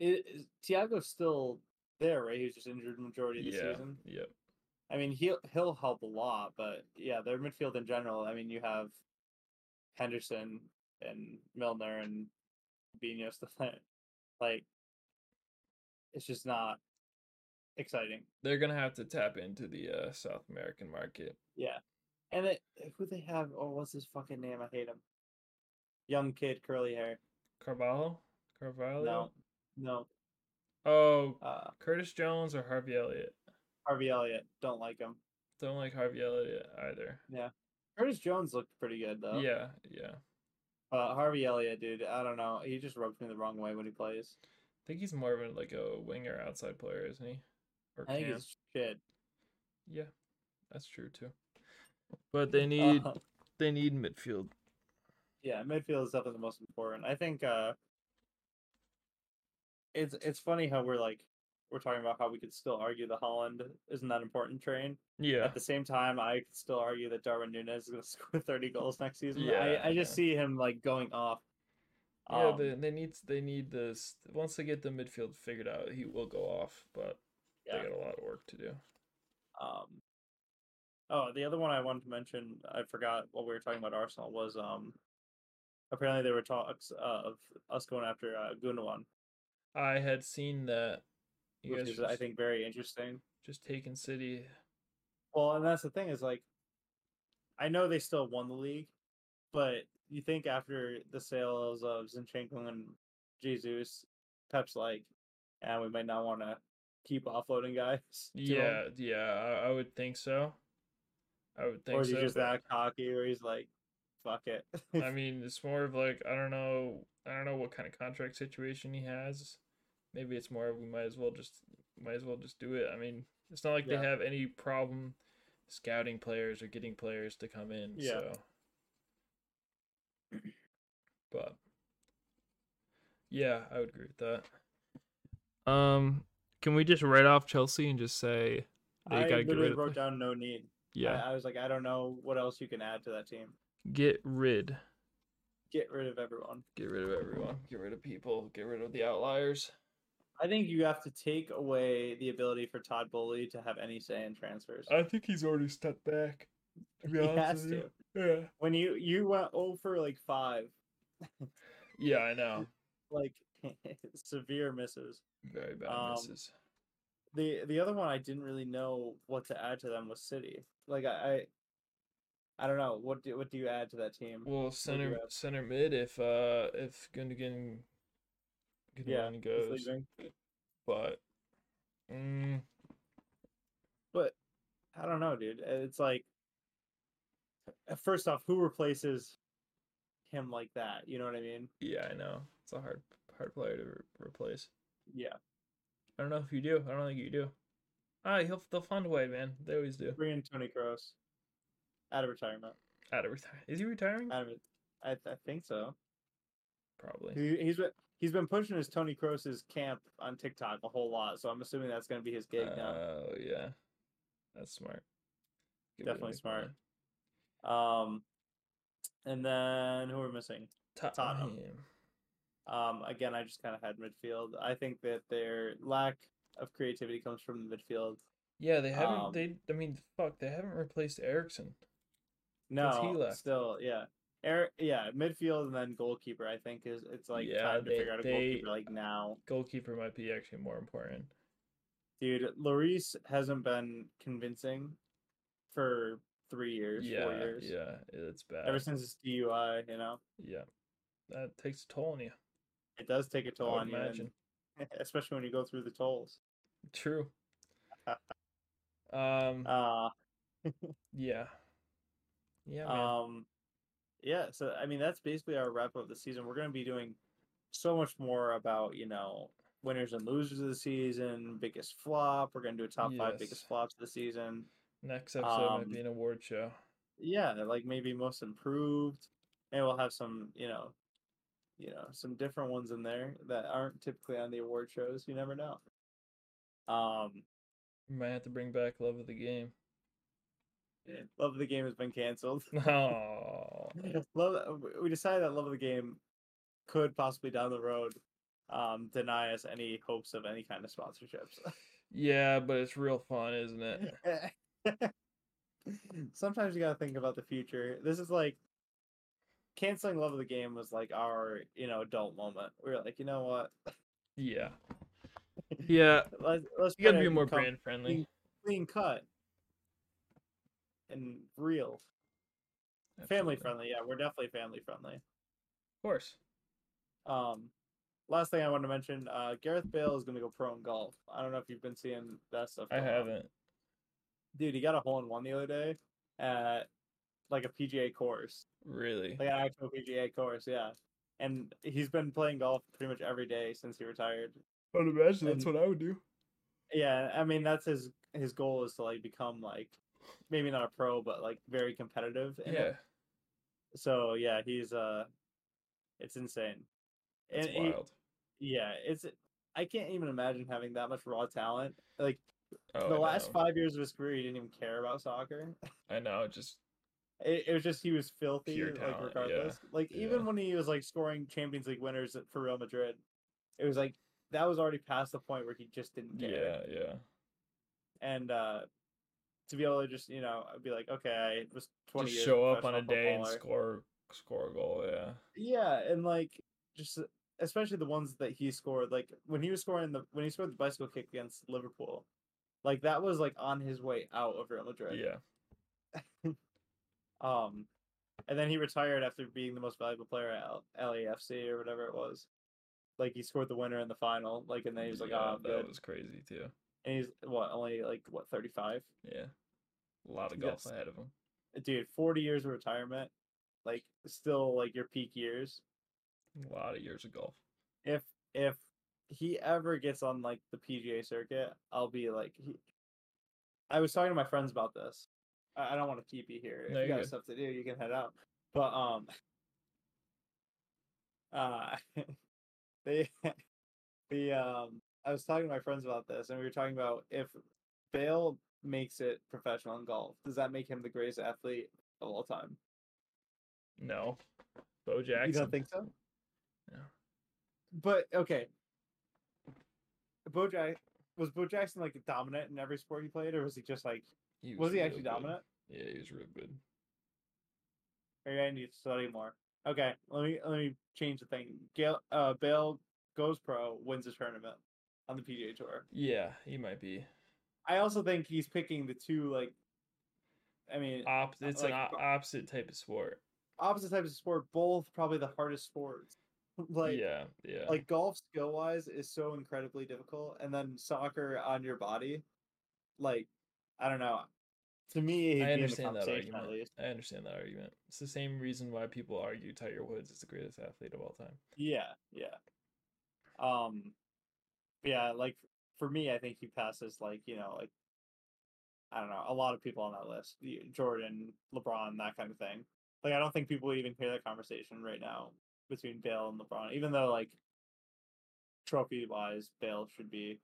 A: It, is- Thiago's still there, right? He was just injured majority of the
B: Yeah.
A: season.
B: Yep.
A: I mean, he'll he'll help a lot, but yeah, their midfield in general. I mean, you have Henderson and Milner and Bino stuff like- like it's just not exciting.
B: they're gonna have to tap into the uh, South American market.
A: Yeah, and it, who they have? Oh, what's his fucking name? I hate him. Young kid, curly hair.
B: Carvalho, Carvalho.
A: No, no.
B: Oh,
A: Uh,
B: Curtis Jones or Harvey Elliott.
A: Harvey Elliott, don't like him.
B: Don't like Harvey Elliott either.
A: Curtis Jones looked pretty good though.
B: Yeah, yeah.
A: But Harvey Elliott, dude, I don't know. He just rubs me the wrong way when he plays.
B: I think he's more of a, like a winger outside player, isn't he? Or
A: I think
B: cam.
A: he's shit.
B: Yeah, that's true too. Uh-huh. But they need
A: Uh,
B: they need midfield.
A: yeah, midfield is definitely the most important. I think uh it's it's funny how we're like we're talking about how we could still argue the Holland isn't that important train.
B: Yeah,
A: At the same time, I could still argue that Darwin Nunez is going to score 30 goals next season.
B: Yeah,
A: I, I just see him like going off.
B: yeah.
A: Um,
B: They, they need they need this once they get the midfield figured out. He will go off, but
A: Yeah.
B: they got a lot of work to do.
A: um, oh, the other one I wanted to mention, I forgot what we were talking about Arsenal was um, apparently there were talks uh, of us going after uh, Gundogan,
B: I had seen that you
A: which
B: guys
A: is
B: just,
A: I think very interesting.
B: just taking City.
A: Well, and that's the thing is like, I know they still won the league, but you think after the sales of Zinchenko and Jesus, Pep's like, and we might not want to keep offloading guys. to 'em."
B: Yeah, yeah. I, I would think so. I would think
A: or is
B: so.
A: he just
B: but-
A: that cocky, where he's like, "Fuck it."
B: I mean, it's more of like I don't know, I don't know what kind of contract situation he has. Maybe it's more of we might as well just might as well just do it. I mean, it's not like
A: Yeah.
B: they have any problem scouting players or getting players to come in.
A: Yeah.
B: So, but yeah, I would agree with that. Um, can we just write off Chelsea and just say they
A: I
B: gotta get
A: literally
B: rid of?
A: wrote down no need.
B: yeah,
A: I, I was like, I don't know what else you can add to that team.
B: get rid.
A: Get rid of everyone.
B: Get rid of everyone. Get rid of people. Get rid of the outliers.
A: I think you have to take away the ability for Todd Bowley to have any say in transfers.
B: I think he's already stepped back. To be
A: He
B: honest
A: has
B: with you.
A: to. When you you went over like five,
B: Yeah. Yeah, I know.
A: like severe misses.
B: Very bad
A: Um,
B: misses.
A: The the other one I didn't really know what to add to them was City. Like I, I, I don't know what do what do you add to that team?
B: Well, center
A: at?
B: center mid if uh if Gundogan Gundogan
A: Yeah, Who's
B: goes,
A: leaving?
B: but mm,
A: But I don't know, dude. It's like uh, first off, who replaces him like that? You know what I mean?
B: yeah, I know it's a hard hard player to re- replace.
A: Yeah.
B: I don't know if you do. I don't think you do. Ah, he'll they'll find a way, man. They always do.
A: Bring in Tony Kroos out of retirement.
B: Out of retire, is he retiring?
A: Out of it, I, I think so.
B: Probably.
A: He, he's been he's been pushing his Tony Kroos's camp on TikTok a whole lot, so I'm assuming that's gonna be his
B: Oh
A: gig now.
B: yeah, that's smart. Get rid of
A: Definitely
B: Nick
A: smart.
B: Pope.
A: Um, and then who are we missing? Tottenham.
B: Tottenham.
A: Um, again, I just kind of had midfield. I think that their lack of creativity comes from the midfield.
B: Yeah, they haven't.
A: Um,
B: they, I mean, fuck, they haven't replaced Erickson. Since he
A: No,
B: left.
A: still, yeah. Air, yeah, midfield and then goalkeeper. I think is it's like
B: Yeah,
A: time to
B: they-
A: figure out a
B: they-
A: goalkeeper like now,
B: Goalkeeper might be actually more important.
A: dude. Lloris hasn't been convincing for three years,
B: yeah,
A: four years,
B: yeah, it's bad.
A: ever since his DUI. You know,
B: yeah, that takes a toll on you.
A: it does take a toll
B: I would
A: on you,
B: imagine.
A: and- especially when you go through the tolls.
B: True. um.
A: Uh,
B: yeah. Yeah, man.
A: Um, yeah, so I mean that's basically our wrap up of the season. We're going to be doing so much more about you know winners and losers of the season, biggest flop. We're going to do a top five
B: Yes.
A: biggest flops of the season.
B: Next episode might
A: um,
B: be an award show.
A: Yeah, like maybe most improved, and we'll have some you know, you know some different ones in there that aren't typically on the award shows. You never know. Um,
B: We might have to bring back love of the game.
A: love of the game has been canceled.
B: Oh,
A: Love, we decided that love of the game could possibly down the road um, deny us any hopes of any kind of sponsorships.
B: yeah, but it's real fun, isn't it?
A: Sometimes you gotta think about the future. This is like canceling love of the game was like our you know adult moment. We were like, you know what,
B: Yeah. Yeah,
A: let's let's
B: you gotta
A: try
B: be
A: to
B: more
A: become
B: brand friendly.
A: clean cut and real,
B: Absolutely.
A: family friendly. Yeah, we're definitely family friendly.
B: Of course.
A: Um, last thing I want to mention, uh, Gareth Bale is going to go pro in golf. I don't know if you've been seeing that stuff.
B: I
A: going on.
B: haven't.
A: dude, he got a hole in one the other day at like a PGA course,
B: Really?
A: like an actual PGA course, yeah. And he's been playing golf pretty much every day since he retired.
B: I'd imagine
A: that's
B: what I would do.
A: Yeah, I mean that's his his goal is to like become like maybe not a pro, but like very competitive. in it.
B: Yeah.
A: So yeah, he's uh, it's insane.
B: That's
A: and he-
B: wild.
A: yeah, it's I can't even imagine having that much raw talent. Like
B: oh,
A: the
B: I
A: last
B: know.
A: five years of his career, he didn't even care about soccer.
B: I know. Just
A: It, it was just he was filthy,
B: Pure
A: like
B: talent, yeah,
A: regardless. Like even
B: yeah.
A: when he was like scoring Champions League winners for Real Madrid, it was like that was already past the point where he just didn't care.
B: yeah, yeah.
A: and uh to be able to just you know be like okay i was 20
B: Just
A: years
B: show up on a
A: professional
B: day and
A: footballer.
B: score score a goal. Yeah.
A: yeah and like just uh, especially the ones that he scored like when he was scoring the when he scored the bicycle kick against liverpool like that was like on his way out of real madrid
B: Yeah.
A: um and then he retired after being the most valuable player at L- lafc or whatever it was like he scored the winner in the final like and then he was like
B: yeah,
A: oh I'm
B: that
A: good
B: was crazy too.
A: and he's what only like what 35
B: Yeah. A lot of golf
A: Yes.
B: ahead of him.
A: dude 40 years of retirement like still like your peak years
B: A lot of years of golf.
A: if if he ever gets on like the pga circuit i'll be like he... i was talking to my friends about this i, I don't want to keep you here if
B: No,
A: you
B: you're
A: got
B: good.
A: stuff to do you can head out but um uh they the um i was talking to my friends about this and we were talking about if bale makes it professional in golf does that make him the greatest athlete of all time
B: No. Bo Jackson.
A: You don't think so?
B: No.
A: But okay. Bo Jack was Bo Jackson like dominant in every sport he played, or was he just like was, he
B: real
A: actually
B: good.
A: dominant?
B: Yeah, he was real good.
A: Or I need to study more. Okay, let me let me change the thing. Gail uh Bale goes pro, wins the tournament on the PGA tour.
B: Yeah, he might be.
A: I also think he's picking the two like I mean
B: Op- it's an
A: Uh, like-
B: o- opposite type of sport.
A: opposite types of sport, both probably the hardest sports. like
B: yeah, yeah.
A: like golf skill wise is so incredibly difficult and then soccer on your body like i don't know to me it'd
B: I
A: be
B: understand
A: in the
B: that
A: conversation
B: argument.
A: at least
B: I understand that argument. It's the same reason why people argue Tiger Woods is the greatest athlete of all time.
A: yeah yeah um yeah like for me i think he passes like you know like i don't know a lot of people on that list y- jordan lebron that kind of thing like i don't think people would even hear that conversation right now between bale and lebron even though like trophy wise bale should be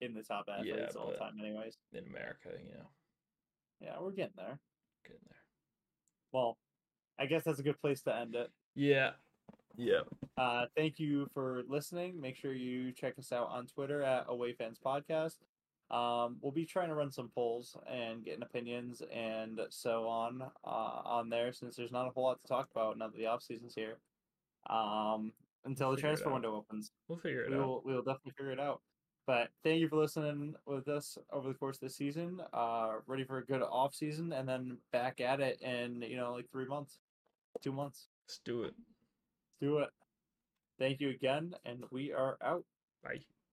A: in the top athletes
B: Yeah,
A: all the
B: but-
A: time anyways
B: In America, you know,
A: Yeah, we're getting there.
B: getting there.
A: Well, I guess that's a good place to end it.
B: Yeah. Yeah.
A: Uh, thank you for listening. Make sure you check us out on Twitter at Away Fans Podcast. Um, we'll be trying to run some polls and getting opinions and so on uh, on there since there's not a whole lot to talk about now that the off season's here. Um, until
B: We'll
A: the
B: figure it
A: transfer
B: out.
A: window opens,
B: We'll figure it
A: we
B: out.
A: will we will definitely figure it out. But thank you for listening with us over the course of the season. Uh, ready for a good off season and then back at it in you know like three months, two months.
B: Let's do it.
A: Do it. Thank you again, and we are out.
B: Bye.